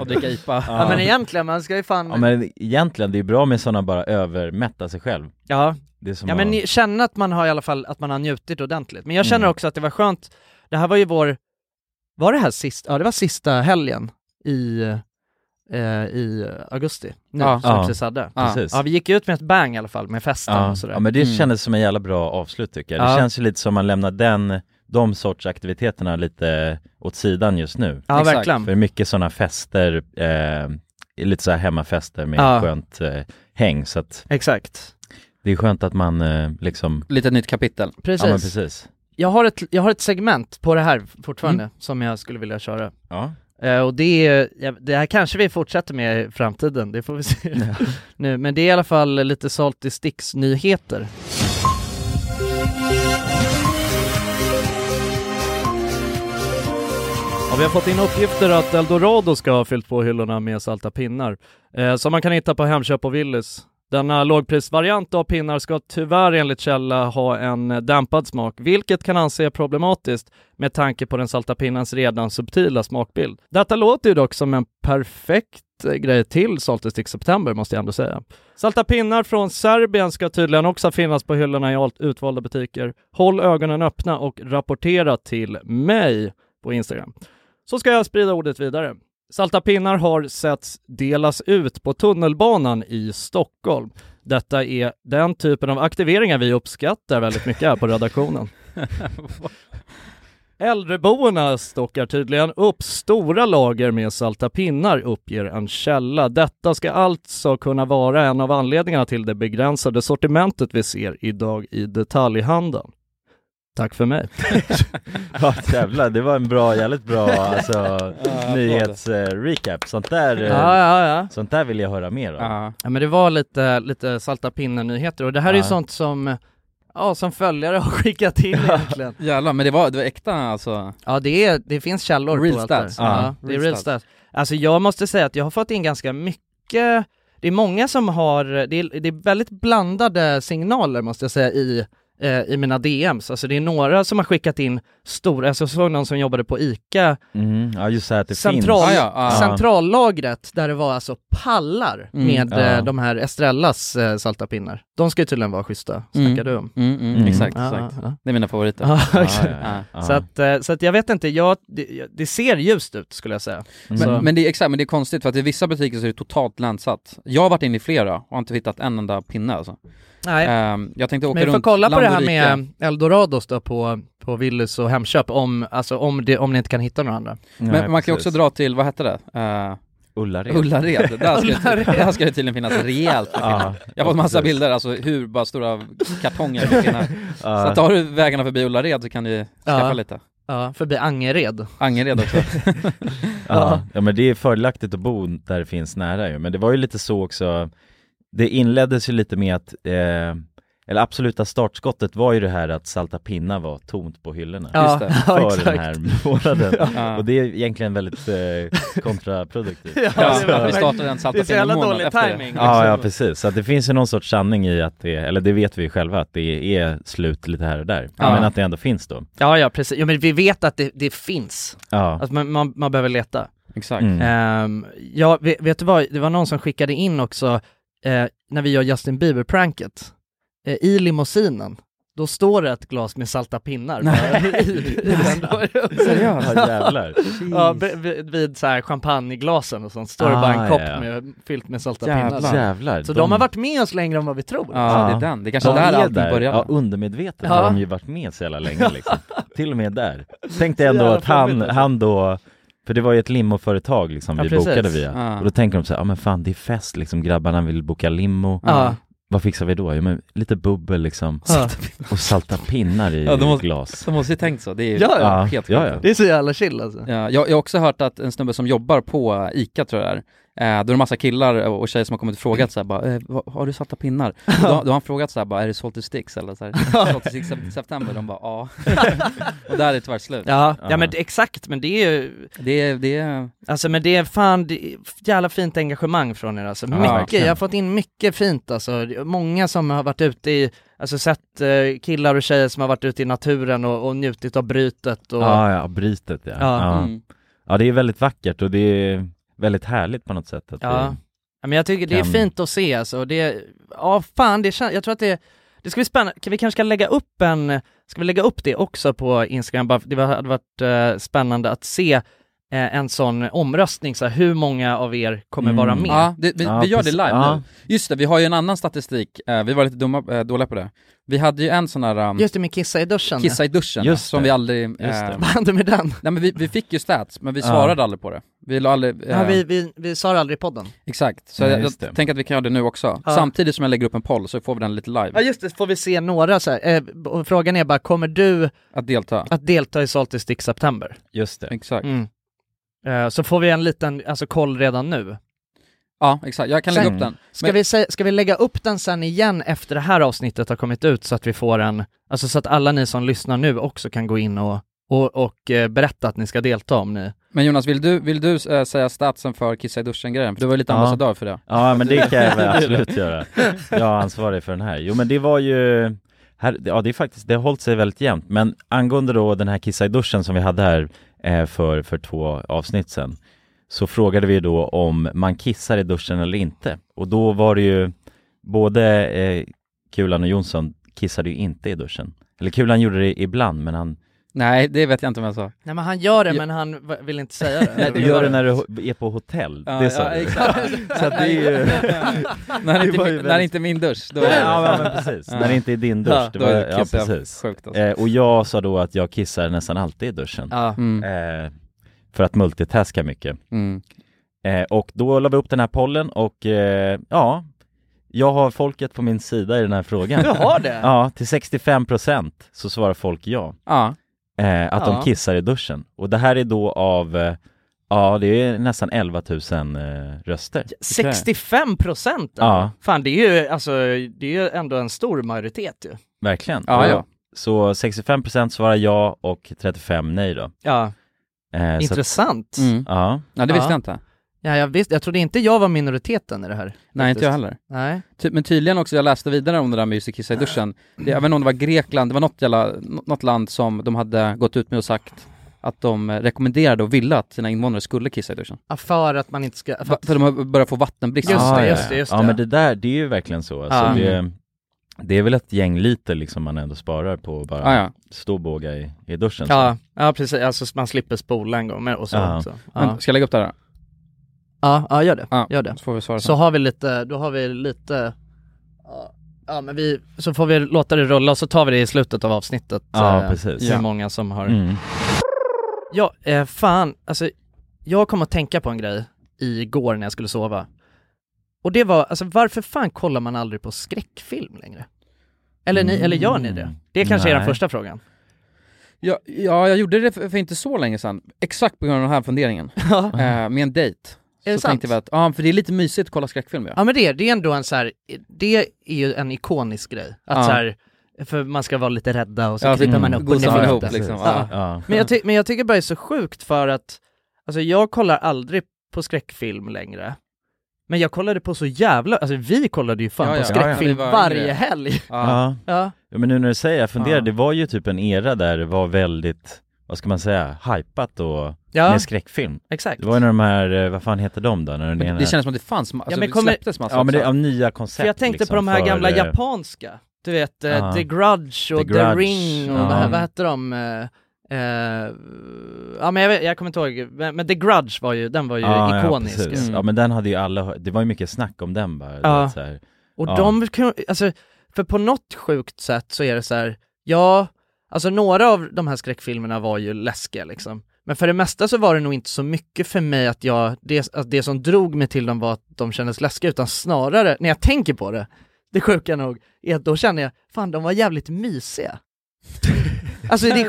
Speaker 1: och dricka IPA.
Speaker 2: [LAUGHS] Ja. men egentligen, man ska ju fan...
Speaker 3: Ja men egentligen, det är bra med sådana bara övermätta sig själv
Speaker 2: Ja.
Speaker 3: Det är som
Speaker 2: Ja
Speaker 3: att-
Speaker 2: men ni- känna att man har i alla fall, att man har njutit ordentligt. Men jag känner
Speaker 3: Mm.
Speaker 2: också att det var skönt, det här var ju vår, var det här sista, ja det var sista helgen i, eh, i augusti, nu,
Speaker 3: Ja.
Speaker 2: som
Speaker 3: Ja,
Speaker 2: vi precis hade.
Speaker 3: precis.
Speaker 2: Ja vi gick ju ut med ett bang i alla fall, med festen
Speaker 3: ja.
Speaker 2: och sådär.
Speaker 3: ja men det
Speaker 2: Mm.
Speaker 3: kändes som en jävla bra avslut tycker jag Det
Speaker 2: Ja.
Speaker 3: känns ju lite som man lämnar den, de sorts aktiviteterna lite åt sidan just nu
Speaker 2: Ja, Exakt. verkligen.
Speaker 3: För mycket sådana fester, eh, lite så här hemmafester med
Speaker 2: Ja.
Speaker 3: skönt eh, häng så att
Speaker 2: Exakt
Speaker 3: Det är skönt att man eh, liksom
Speaker 1: Lite nytt kapitel
Speaker 2: Precis.
Speaker 3: Ja men precis
Speaker 2: Jag har, ett, jag har ett segment på det här fortfarande
Speaker 3: Mm.
Speaker 2: som jag skulle vilja köra.
Speaker 3: Ja.
Speaker 2: Eh, och det, är, ja, det här kanske vi fortsätter med i framtiden, det får vi se [LAUGHS] nu. Men det är i alla fall lite salt i sticks nyheter. Ja, vi har fått in uppgifter att Eldorado ska ha fyllt på hyllorna med salta pinnar, eh, som man kan hitta på Hemköp och Willys. Denna lågprisvariant av pinnar ska tyvärr enligt källa ha en eh, dämpad smak, vilket kan anses problematiskt med tanke på den salta pinnans redan subtila smakbild. Detta låter ju dock som en perfekt eh, grej till Saltestick September måste jag ändå säga. Salta pinnar från Serbien ska tydligen också finnas på hyllorna i allt- utvalda butiker. Håll ögonen öppna och rapportera till mig på Instagram. Så ska jag sprida ordet vidare. Salta pinnar har setts delas ut på tunnelbanan i Stockholm. Detta är den typen av aktiveringar vi uppskattar väldigt mycket här på redaktionen. Äldreboendena stockar tydligen upp stora lager med salta pinnar, uppger en källa. Detta ska alltså kunna vara en av anledningarna till det begränsade sortimentet vi ser idag i detaljhandeln. Tack för mig.
Speaker 3: Ja jävlar, det var en bra,
Speaker 1: [LAUGHS]
Speaker 3: jävligt bra alltså
Speaker 2: applåder.
Speaker 3: nyhetsrecap, sånt där, eh,
Speaker 2: Ja, ja, ja.
Speaker 3: sånt där vill jag höra mer om
Speaker 2: Ja men det var lite, lite salta pinnar-nyheter och det här är ju
Speaker 1: Ja.
Speaker 2: sånt som, ja som följare har [LAUGHS] skickat in egentligen.
Speaker 1: Jävlar, men det var, det var äkta alltså.
Speaker 2: Ja det, är, det finns källor
Speaker 1: Real
Speaker 2: på allt
Speaker 1: stats.
Speaker 2: det här.
Speaker 1: Ja.
Speaker 2: Ja, det är
Speaker 1: Real
Speaker 2: real
Speaker 1: stats.
Speaker 2: stats. Alltså jag måste säga att jag har fått in ganska mycket, det är många som har, det är, det är väldigt blandade signaler måste jag säga i, eh, i mina DMs. Alltså det är några som har skickat in stora, alltså jag såg någon som jobbade på ICA
Speaker 3: Mm, ja just det här att det
Speaker 2: Central,
Speaker 3: finns Ah, Ja.
Speaker 2: centrallagret där det var alltså pallar
Speaker 1: Mm.
Speaker 2: med
Speaker 1: Ja.
Speaker 2: eh, de här Estrellas eh, salta pinnar. De ska ju tydligen vara schyssta, snackar du om.
Speaker 1: Mm, mm, Exakt,
Speaker 2: Ja,
Speaker 1: exakt.
Speaker 2: ja, ja.
Speaker 1: Det är mina favoriter.
Speaker 2: Ja, exakt.
Speaker 1: Ja, ja, ja.
Speaker 2: Så, att, eh, så att jag vet inte, jag, det, det ser ljust ut skulle jag säga. Så-
Speaker 1: Mm.
Speaker 3: Mm.
Speaker 1: Men, men det är exakt, men det är konstigt för att i vissa butiker så är det totalt länsat. Jag har varit inne i flera och har inte hittat en enda pinne alltså.
Speaker 2: Nej.
Speaker 1: Ehm, jag tänkte åka
Speaker 2: men vi får
Speaker 1: runt
Speaker 2: kolla på
Speaker 1: land
Speaker 2: det
Speaker 1: och
Speaker 2: här
Speaker 1: rike.
Speaker 2: med Eldorados då på, på Willys och Hemköp om, alltså om, det, om ni inte kan hitta några andra.
Speaker 1: Men man kan ju också dra till, vad hette det? Uh,
Speaker 3: Ullared.
Speaker 1: Ullared, där
Speaker 2: [LAUGHS]
Speaker 1: ska, det,
Speaker 2: Ullared.
Speaker 1: där ska det tydligen finnas rejält med
Speaker 3: [LAUGHS] Ja,
Speaker 1: pinnar. Jag har fått massa
Speaker 3: precis.
Speaker 1: bilder, alltså hur bara stora kartonger med pinnar.
Speaker 3: [LAUGHS]
Speaker 1: Så
Speaker 2: Ja.
Speaker 1: att tar du vägarna förbi Ullared så kan du skaffa lite.
Speaker 2: Ja, förbi Angered.
Speaker 1: Angered
Speaker 2: [LAUGHS]
Speaker 1: också.
Speaker 3: Ja. ja men det är fördelaktigt att bo där det finns nära ju, men det var ju lite så också Det inleddes ju lite med att, eh, eller absoluta startskottet var ju det här att salta pinnar var tomt på hyllorna
Speaker 2: Ja, Just
Speaker 3: [LAUGHS]
Speaker 2: det. [LAUGHS] ja,
Speaker 3: för
Speaker 2: exakt.
Speaker 3: den här månaden
Speaker 2: Ja.
Speaker 3: Och det är egentligen väldigt eh,
Speaker 2: [LAUGHS]
Speaker 3: kontraproduktivt
Speaker 2: Ja, det
Speaker 3: Alltså-
Speaker 2: var- Vi startar en salta Det är så jävla pinnar-månad dålig efter det. timing,
Speaker 3: Ja, ja
Speaker 2: liksom.
Speaker 3: precis, så att det finns ju någon sorts sanning i att det, eller det vet vi ju själva att det är slut lite här och där
Speaker 2: Ja.
Speaker 3: Men att det ändå finns då
Speaker 2: Ja, ja precis. Ja, men vi vet att det, det finns.
Speaker 3: Ja.
Speaker 2: Att man, man, man behöver leta.
Speaker 1: Exakt.
Speaker 3: Mm.
Speaker 2: Ehm, ja, vet, vet du vad, det var någon som skickade in också, eh, när vi gör Justin Bieber-pranket, eh, i limousinen, då står det ett glas med salta pinnar.
Speaker 1: Nej.
Speaker 2: [LAUGHS] I- i
Speaker 1: [LAUGHS]
Speaker 2: den.
Speaker 1: Seriöst?
Speaker 2: Ja. [LAUGHS]
Speaker 1: Jävlar.
Speaker 2: ja, be- vid, vid så här champagneglasen och sånt, står det bara en
Speaker 1: Ah,
Speaker 2: kopp
Speaker 1: ja, ja.
Speaker 2: med, fyllt med salta
Speaker 1: Jävlar.
Speaker 2: pinnar.
Speaker 3: Jävlar,
Speaker 2: alltså. så de...
Speaker 3: de-
Speaker 2: har varit med oss längre än vad vi tror.
Speaker 1: Ja, det är den. Det är kanske
Speaker 3: de
Speaker 1: där
Speaker 3: är
Speaker 1: allting började.
Speaker 3: Ja, undermedvetet
Speaker 2: Ja.
Speaker 3: har de ju varit med så jävla länge liksom.
Speaker 2: [LAUGHS]
Speaker 3: Till och med där. Tänk dig
Speaker 2: Så
Speaker 3: ändå
Speaker 2: jävla
Speaker 3: att han,
Speaker 2: flummigt, alltså.
Speaker 3: han då, för det var ju ett limoföretag liksom
Speaker 2: Ja,
Speaker 3: vi
Speaker 2: precis.
Speaker 3: bokade via.
Speaker 2: Ja.
Speaker 3: Och då tänker de så här, ja men fan det är fest liksom, grabbarna vill boka limo.
Speaker 2: Ja.
Speaker 3: Vad fixar vi då? Ja, men lite bubbel liksom.
Speaker 2: [LAUGHS] Ja.
Speaker 3: Och salta pinnar i
Speaker 1: Ja, de måste-
Speaker 3: glas.
Speaker 1: De måste ju tänkt så, det är ju
Speaker 2: Ja, ja.
Speaker 1: helt
Speaker 3: Ja,
Speaker 1: sjukt.
Speaker 3: ja.
Speaker 2: Det är så jävla chill alltså.
Speaker 1: Ja, jag jag har också hört att en snubbe som jobbar på ICA tror jag det är, Eh, då är det massa killar och och tjejer som har kommit och frågat såhär bara, eh, vad- har du salta
Speaker 2: [LAUGHS]
Speaker 1: pinnar? Och Då, då har han frågat såhär bara, är det Salty Sticks eller såhär, Salty Sticks sep- September? De bara, ja. [LAUGHS] och där är det tyvärr slut.
Speaker 2: Ja, ja men det- exakt, men det är ju...
Speaker 1: Det är, det är...
Speaker 2: Alltså men det är fan, det är jävla fint engagemang från er alltså.
Speaker 1: Ja,
Speaker 2: Mycket,
Speaker 1: verkligen.
Speaker 2: jag har fått in mycket fint alltså. Det är Många som har varit ute i, alltså sett eh, killar och tjejer som har varit ute i naturen och, och njutit av brytet och...
Speaker 3: Ja, ja, brytet ja.
Speaker 2: Ja.
Speaker 3: Ja. Ja.
Speaker 2: Mm.
Speaker 3: det är väldigt vackert och det är väldigt härligt på något sätt att
Speaker 2: Ja. Ja, men jag tycker det är
Speaker 3: kan-
Speaker 2: fint att se alltså. Det, ja fan, det kän- jag tror att det, det ska bli spännande. Kan- Vi kanske ska lägga upp en, ska vi lägga upp det också på Instagram? Bara, för det var- hade varit eh, spännande att se eh, en sån omröstning, så här, hur många av er kommer vara med?
Speaker 1: Ja, det, vi, vi gör det live nu. Just det, vi har ju en annan statistik, eh, vi var lite dumma, eh, dåliga på det. Vi hade ju en sån här... ehm,
Speaker 2: Just det med kissa i duschen.
Speaker 1: Kissa i duschen,
Speaker 2: Just
Speaker 1: som
Speaker 2: det.
Speaker 1: vi aldrig... eh,
Speaker 2: Just det. Vad hände med den?
Speaker 1: Nej men vi, vi fick ju stats, men vi
Speaker 2: Ja.
Speaker 1: svarade aldrig på det. Vi la aldrig... eh,
Speaker 2: Ja, vi, vi, vi sa det aldrig i podden.
Speaker 1: Exakt, så
Speaker 2: Nej,
Speaker 1: jag,
Speaker 2: just
Speaker 1: jag
Speaker 2: det.
Speaker 1: tänker att vi kan göra det nu också.
Speaker 2: Ja.
Speaker 1: Samtidigt som jag lägger upp en poll så får vi den lite live.
Speaker 2: Ja just det, får vi se några så här. Eh, b- och frågan är bara, kommer du
Speaker 1: att delta,
Speaker 2: att delta i Salty Stick September?
Speaker 3: Just det.
Speaker 1: Exakt.
Speaker 3: Mm.
Speaker 2: Eh, så får vi en liten, alltså koll redan nu.
Speaker 1: Ja, exakt. Jag kan lägga
Speaker 2: Sen-
Speaker 1: upp den.
Speaker 2: Ska,
Speaker 1: Men-
Speaker 2: vi, sä- ska vi lägga upp den sen igen efter det här avsnittet har kommit ut så att vi får en, alltså så att alla ni som lyssnar nu också kan gå in och, och, och eh, berätta att ni ska delta om ni...
Speaker 1: Men Jonas, vill du, vill du eh, säga statsen för kissa i duschen-grejen? För Du var ju lite
Speaker 3: Ja.
Speaker 1: ambassadör för det.
Speaker 3: Ja men [LAUGHS] det kan jag väl absolut göra. Jag är ansvarig för den här. Jo men det var ju, här, ja det är faktiskt, det har hållit sig väldigt jämnt. Men angående då den här kissa i duschen som vi hade här eh, för, för två avsnitt sedan. Så frågade vi då om man kissar i duschen eller inte. Och då var det ju både eh, Kulan och Jonsson kissade ju inte i duschen. Eller Kulan gjorde det ibland men han
Speaker 1: Nej, det vet jag inte om jag sa.
Speaker 2: Nej men han gör det
Speaker 1: Ja.
Speaker 2: men han v- vill inte säga det.
Speaker 3: Nej, du gör det när du ho- är på hotell,
Speaker 1: Ja,
Speaker 3: det sa
Speaker 1: ja,
Speaker 3: du.
Speaker 1: exakt.
Speaker 3: Så att det är ju...
Speaker 1: När det inte-
Speaker 3: var ju
Speaker 1: när det inte är min dusch, då är det-
Speaker 3: Ja, men, men
Speaker 1: [LAUGHS]
Speaker 3: precis.
Speaker 1: Ja.
Speaker 3: När det inte är din dusch,
Speaker 1: Ja,
Speaker 3: det
Speaker 1: då
Speaker 3: var,
Speaker 1: är det
Speaker 3: ja,
Speaker 1: kissar jag
Speaker 3: precis.
Speaker 1: sjukt alltså.
Speaker 3: eh, och jag sa då att jag kissar nästan alltid i duschen.
Speaker 1: Ja. Mm.
Speaker 3: Eh, för att multitaska mycket.
Speaker 1: Mm.
Speaker 3: Eh, och då la vi upp den här pollen och eh, ja, jag har folket på min sida i den här frågan.
Speaker 2: Du har
Speaker 3: [LAUGHS]
Speaker 2: det?
Speaker 3: Ja, till 65% så svarar folk ja.
Speaker 1: Ja.
Speaker 3: Eh, att
Speaker 1: Ja.
Speaker 3: de kissar i duschen. Och det här är då av, eh, ja det är nästan 11 000 eh, röster.
Speaker 2: 65 procent!
Speaker 3: Ja.
Speaker 2: Fan det är ju, alltså, det är ju ändå en stor majoritet ju.
Speaker 3: Verkligen.
Speaker 2: Ja, ja.
Speaker 3: Så 65% svarar ja och 35 nej då.
Speaker 2: Ja.
Speaker 3: Eh, så-
Speaker 2: Intressant. Mm.
Speaker 3: Ja.
Speaker 2: Ja. Ja, jag, visste, jag trodde inte jag var minoriteten i det här.
Speaker 1: Nej,
Speaker 2: faktiskt.
Speaker 1: inte jag heller.
Speaker 2: Nej.
Speaker 1: Ty- men tydligen också, jag läste vidare om det där med just att kissa i duschen. Det, jag vet inte om det var Grekland, det var något, jävla, nå- något land som de hade gått ut med och sagt att de eh, rekommenderade och ville att sina invånare skulle kissa i duschen.
Speaker 2: Ja, För att man inte ska... För
Speaker 1: Va- För de har börjat få vattenbrist.
Speaker 2: Just
Speaker 3: Ah,
Speaker 2: det,
Speaker 3: ja,
Speaker 2: just
Speaker 3: ja.
Speaker 2: det, just
Speaker 3: Ja
Speaker 2: det. Ah.
Speaker 3: men det där, det är ju verkligen så. Alltså,
Speaker 1: Ja.
Speaker 3: det, det är väl ett gäng liter liksom man ändå sparar på att bara
Speaker 1: Ah, Ja, ja.
Speaker 3: stå båga i, i duschen.
Speaker 2: Ah, Ja, ja precis, alltså så man slipper spola en gång med och så
Speaker 3: Ja.
Speaker 2: också. Ja.
Speaker 1: Men, ska jag lägga upp det här? Ah.
Speaker 2: ja, ja, gör det. Ah. gör det.
Speaker 1: Så får vi svara
Speaker 2: Så
Speaker 1: sen.
Speaker 2: har vi lite, då har vi lite, ja, ja men vi, så får vi låta det rulla och så tar vi det i slutet av avsnittet.
Speaker 3: Ja,
Speaker 2: eh,
Speaker 3: precis.
Speaker 2: Hur
Speaker 3: Ja.
Speaker 2: många som har...
Speaker 3: Mm.
Speaker 2: Ja, eh, fan, alltså jag kom att tänka på en grej igår när jag skulle sova. Och det var, alltså varför fan kollar man aldrig på skräckfilm längre? Eller, ni, eller gör ni det? Det kanske är den
Speaker 1: Mm, Nej.
Speaker 2: första frågan.
Speaker 1: Ja, ja, jag gjorde det för, för inte så länge sedan, exakt på grund av den här funderingen.
Speaker 2: [LAUGHS] Ja.
Speaker 1: Eh, med en dejt.
Speaker 2: Är det
Speaker 1: så tänkte
Speaker 2: sant?
Speaker 1: vi att, ja för det är lite mysigt att kolla skräckfilm ja.
Speaker 2: Ja men det är, det är ändå en så här, det är ju en ikonisk grej. Att
Speaker 1: Ja.
Speaker 2: så här, för man ska vara lite rädda och så
Speaker 1: Ja, så
Speaker 2: kryper man upp och
Speaker 1: Alltså, gosar man
Speaker 2: ner
Speaker 1: ihop,
Speaker 2: lite.
Speaker 1: liksom. Ja.
Speaker 2: Men, jag ty- men jag tycker bara det är så sjukt för att, alltså jag kollar aldrig på skräckfilm längre. Men jag kollade på så jävla, alltså vi kollade ju fan
Speaker 1: Ja,
Speaker 2: på
Speaker 1: ja.
Speaker 2: skräckfilm
Speaker 1: Ja, ja. Vi var
Speaker 2: varje
Speaker 1: yngre. [LAUGHS]
Speaker 2: helg.
Speaker 3: Ja.
Speaker 2: Ja.
Speaker 3: Ja, men nu när du säger, jag funderar,
Speaker 2: Ja.
Speaker 3: det var ju typ en era där det var väldigt, vad ska man säga, hypat och
Speaker 2: Ja.
Speaker 3: med skräckfilm.
Speaker 2: Exakt.
Speaker 3: Det var ju när de här, eh, vad fan heter de då? När den
Speaker 1: Men
Speaker 3: ena-
Speaker 1: det känns som att det fanns ma- alltså,
Speaker 2: men
Speaker 1: det
Speaker 2: kommer-
Speaker 1: släpptes massa
Speaker 3: Ja men det är
Speaker 1: också.
Speaker 3: av nya koncept
Speaker 2: För jag tänkte
Speaker 3: liksom,
Speaker 2: på de här
Speaker 3: för,
Speaker 2: gamla
Speaker 3: eh,
Speaker 2: japanska, du vet eh,
Speaker 3: Ja.
Speaker 2: The Grudge och The,
Speaker 3: The Grudge,
Speaker 2: Ring och
Speaker 3: ja.
Speaker 2: det här, vad heter de? Eh, eh, ja men jag, vet, jag kommer inte ihåg, men, men The Grudge var ju, den var ju
Speaker 3: ja,
Speaker 2: ikonisk.
Speaker 3: Ja,
Speaker 2: ju.
Speaker 3: precis. ja men den hade ju alla, hört- det var ju mycket snack om den bara.
Speaker 2: Ja.
Speaker 3: du vet, så här.
Speaker 2: Och
Speaker 3: Ja.
Speaker 2: de kan, alltså, för på något sjukt sätt så är det så här, ja, alltså några av de här skräckfilmerna var ju läskiga liksom. Men för det mesta så var det nog inte så mycket för mig att jag, det, att det som drog mig till dem var att de kändes läskiga, utan snarare, när jag tänker på det, det sjuka nog, är att då känner jag, fan de var jävligt mysiga. Alltså det är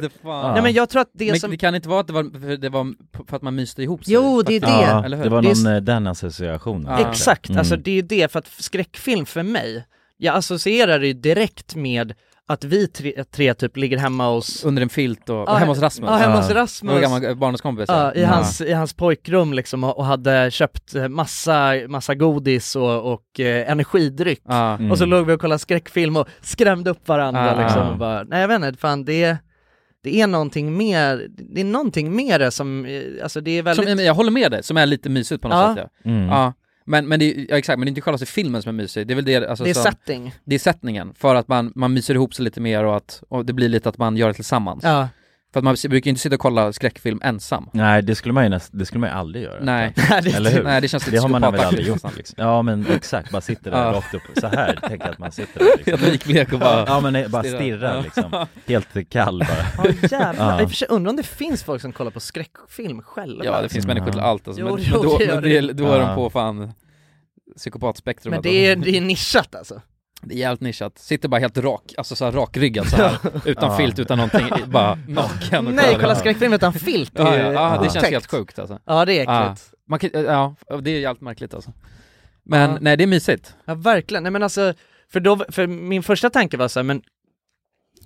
Speaker 1: [LAUGHS] Det är fan.
Speaker 2: Nej men jag tror att det
Speaker 1: men
Speaker 2: som...
Speaker 1: det kan inte vara att det var för, det var för att man myste ihop sig?
Speaker 2: Jo, det är det.
Speaker 1: Eller hur?
Speaker 3: det var någon, eh, den associationen.
Speaker 1: Ja.
Speaker 2: Exakt,
Speaker 3: Mm.
Speaker 2: alltså det är ju det, för att skräckfilm för mig, jag associerar det ju direkt med att vi tre, tre typ ligger hemma hos...
Speaker 1: Under en filt och,
Speaker 2: Ja,
Speaker 1: och hemma hos Rasmus.
Speaker 2: Ja, hemma hos Rasmus.
Speaker 1: Vår gamla barndomskompis.
Speaker 2: Ja, i, hans, I hans pojkrum liksom och, och hade köpt eh, massa, massa godis och, och eh, energidryck.
Speaker 1: Ja.
Speaker 2: Och så
Speaker 1: Mm.
Speaker 2: låg vi och kollade skräckfilm och skrämde upp varandra
Speaker 1: Ja.
Speaker 2: liksom.
Speaker 1: Ja.
Speaker 2: Och bara, nej jag vet inte, fan det, det är någonting mer, det är någonting mer det som, eh, alltså det är väldigt...
Speaker 1: Som, jag håller med dig, som är lite mysigt på något
Speaker 2: Ja.
Speaker 1: sätt ja.
Speaker 2: Mm.
Speaker 1: ja. Men, men det är, ja, exakt, men det är inte själva filmen som är mysig, det är väl det alltså,
Speaker 2: Det är
Speaker 1: som,
Speaker 2: setting.
Speaker 1: Det är sättningen, för att man, man myser ihop sig lite mer och att och det blir lite att man gör det tillsammans.
Speaker 2: Ja.
Speaker 1: För att man brukar ju inte sitta och kolla skräckfilm ensam.
Speaker 3: Nej, det skulle man ju näst, det skulle man ju aldrig göra.
Speaker 1: Nej.
Speaker 2: [LAUGHS]
Speaker 3: egentligen.
Speaker 1: Nej, det-
Speaker 3: Eller hur?
Speaker 1: nej, det känns lite
Speaker 3: Det har man väl
Speaker 1: psykopataktigt
Speaker 3: aldrig
Speaker 1: [LAUGHS]
Speaker 3: gjort
Speaker 1: nästan, liksom.
Speaker 3: Ja men exakt, bara sitter där
Speaker 1: Ja.
Speaker 3: rakt upp, så här tänker jag att man sitter där
Speaker 1: [LAUGHS]
Speaker 3: liksom.
Speaker 1: Helt likblek och bara
Speaker 3: Ja men nej, bara
Speaker 1: stirrar.
Speaker 3: stirrar,
Speaker 1: Ja.
Speaker 3: liksom, helt kall bara
Speaker 1: [LAUGHS]
Speaker 2: Ja jävlar,
Speaker 3: Ja.
Speaker 2: i och för sig undrar om det finns folk som kollar på skräckfilm själva?
Speaker 1: Ja, det finns människor till allt alltså,
Speaker 2: Mm. Jo,
Speaker 1: men,
Speaker 2: jo,
Speaker 1: men då,
Speaker 2: det gör
Speaker 1: men det,
Speaker 2: det.
Speaker 1: är- då är
Speaker 3: Ja.
Speaker 1: de på fan psykopatspektrumet.
Speaker 2: Men det är, det är nischat alltså.
Speaker 1: Det är jävligt nischat, sitter bara helt rak, alltså såhär rakryggad så här utan
Speaker 2: [LAUGHS] Ja.
Speaker 1: filt, utan någonting,
Speaker 2: [LAUGHS]
Speaker 1: bara naken och
Speaker 2: Nej, kolla skräckfilm utan filt är
Speaker 1: Ja,
Speaker 2: ju
Speaker 1: ja, ja det
Speaker 2: otäckt.
Speaker 1: känns helt sjukt alltså
Speaker 2: Ja, det är äckligt.
Speaker 1: ja. Man kan, ja, det är jävligt märkligt alltså Men
Speaker 2: Ja.
Speaker 1: nej, det är mysigt
Speaker 2: Ja verkligen, nej men alltså, för då, för min första tanke var så här, men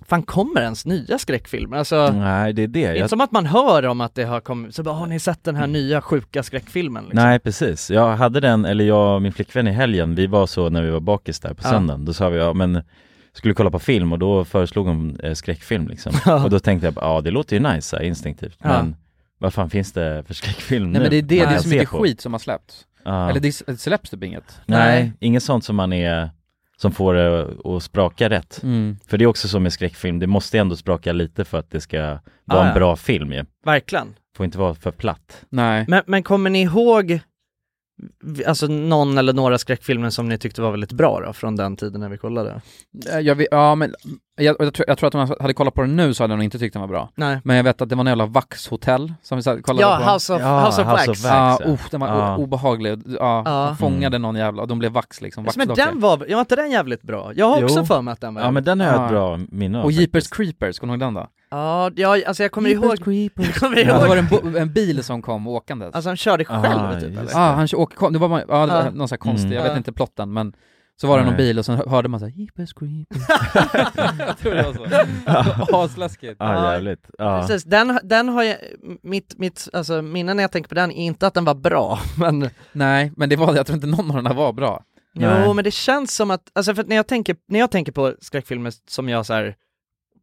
Speaker 2: fan kommer ens nya skräckfilmer?
Speaker 1: Mm.
Speaker 2: Alltså,
Speaker 3: Nej det är det,
Speaker 2: det är inte
Speaker 3: jag,
Speaker 2: som att man hör om att det har kommit, så bara har ni sett den
Speaker 1: Mm.
Speaker 2: här nya sjuka skräckfilmen? Liksom.
Speaker 3: nej precis, jag hade den, eller jag och min flickvän i helgen, vi var så när vi var bakis där på
Speaker 2: Ja.
Speaker 3: söndagen, då sa vi ja men skulle kolla på film och då föreslog hon eh, skräckfilm liksom
Speaker 2: Ja.
Speaker 3: Och då tänkte jag bara, ja det låter ju nice så här, instinktivt
Speaker 1: Ja.
Speaker 3: men vad fan finns det för skräckfilm nu?
Speaker 1: Nej men det är det,
Speaker 3: man
Speaker 1: det är
Speaker 3: kan
Speaker 1: så
Speaker 3: se
Speaker 1: mycket
Speaker 3: på?
Speaker 1: skit som har släppts
Speaker 3: Ja.
Speaker 1: Eller det s- det släpps typ inget
Speaker 3: Nej, inget sånt som man är som får det att spraka rätt.
Speaker 1: Mm.
Speaker 3: För det är också som med skräckfilm, det måste ändå spraka lite för att det ska vara
Speaker 2: Ah,
Speaker 3: en
Speaker 2: ja.
Speaker 3: bra film ju.
Speaker 2: Verkligen.
Speaker 3: Får inte vara för platt.
Speaker 1: Nej.
Speaker 2: Men, men kommer ni ihåg, alltså någon eller några skräckfilmer som ni tyckte var väldigt bra då, från den tiden när vi kollade?
Speaker 1: Eh, Jag, vet- ja, men, jag, jag, tror, jag tror att om jag hade kollat på den nu så hade jag nog inte tyckt den var bra.
Speaker 2: Nej.
Speaker 1: Men jag vet att det var en jävla vaxhotell som vi satt- kollade
Speaker 2: Ja,
Speaker 1: på.
Speaker 2: House of- Ja, House of House Wax. of Wax,
Speaker 1: Ja,
Speaker 2: ja.
Speaker 1: oh, den var o-
Speaker 2: Ja.
Speaker 1: obehaglig. Ja,
Speaker 2: Ja.
Speaker 3: Mm.
Speaker 1: de fångade någon jävla, och de blev vax liksom.
Speaker 2: Alltså, men
Speaker 1: vaxdockor.
Speaker 2: den var, ja, var inte den jävligt bra? Jag har också för mig att den var jävligt
Speaker 1: Ja. Och Jeepers Creepers, kommer du ihåg den då?
Speaker 2: Ja, ja, alltså jag kommer ihåg... [LAUGHS] Jag kommer
Speaker 1: Ja. Det var
Speaker 2: ihåg...
Speaker 1: en, bo- en bil som kom åkandes.
Speaker 2: Alltså han körde själv typ eller?
Speaker 1: Ja, han kö- åker, kom, det var man, ja, det var
Speaker 2: Ja.
Speaker 1: någon sån här konstig,
Speaker 2: Mm.
Speaker 1: jag
Speaker 2: Ja.
Speaker 1: vet inte plotten men så var det någon
Speaker 3: Nej.
Speaker 1: bil och så hörde man såhär Jeepers Creepers
Speaker 2: [LAUGHS]
Speaker 1: Jag tror det var så.
Speaker 3: [LAUGHS] Ja.
Speaker 1: Asläskigt.
Speaker 3: Ja, Ah, jävligt. Ja.
Speaker 2: Precis, den, den har jag, mitt, mitt alltså, minne när jag tänker på den är inte att den var bra, [LAUGHS] men...
Speaker 1: Nej, men det var jag tror inte någon av dem där var bra.
Speaker 2: Jo,
Speaker 1: Nej.
Speaker 2: men det känns som att, alltså för att när jag tänker, när jag tänker på skräckfilmer som jag så här,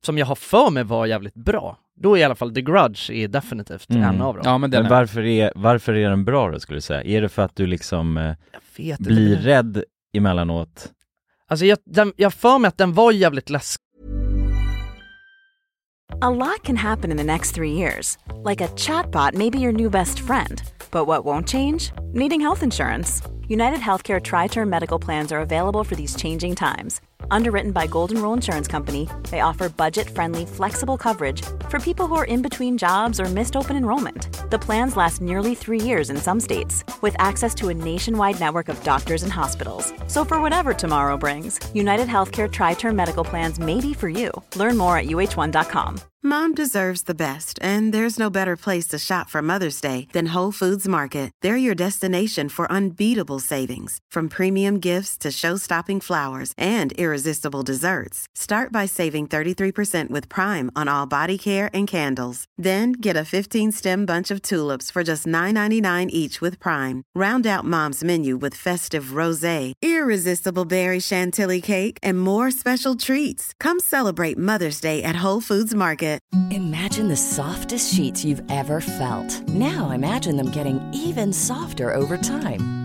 Speaker 2: som jag har för mig var jävligt bra, då är i alla fall The Grudge är definitivt en av dem.
Speaker 3: men varför, är, varför är den bra då skulle du säga? Är det för att du liksom eh,
Speaker 2: vet inte.
Speaker 3: blir rädd emellanåt?
Speaker 2: Alltså jag, den, jag har för mig att den var jävligt läskig
Speaker 7: A lot can happen in the next three years. Like a chatbot may be your new best friend. But what won't change? Needing health insurance. United Healthcare Tri Term Medical Plans are available for these changing times. Underwritten by Golden Rule Insurance Company, they offer budget friendly, flexible coverage for people who are in between jobs or missed open enrollment. The plans last nearly three years in some states, with access to a nationwide network of doctors and hospitals. So, for whatever tomorrow brings, United Healthcare Tri Term Medical Plans may be for you. Learn more at uh1.com.
Speaker 8: Mom deserves the best, and there's no better place to shop for Mother's Day than Whole Foods Market. They're your destination for unbeatable savings, from premium gifts to show-stopping flowers and irresistible desserts. Start by saving 33% with Prime on all body care and candles. Then get a 15-stem bunch of tulips for just $9.99 each with Prime. Round out Mom's menu with festive rosé, irresistible berry chantilly cake, and more special treats. Come celebrate Mother's Day at Whole Foods Market.
Speaker 9: Imagine the softest sheets you've ever felt. Now imagine them getting even softer over time.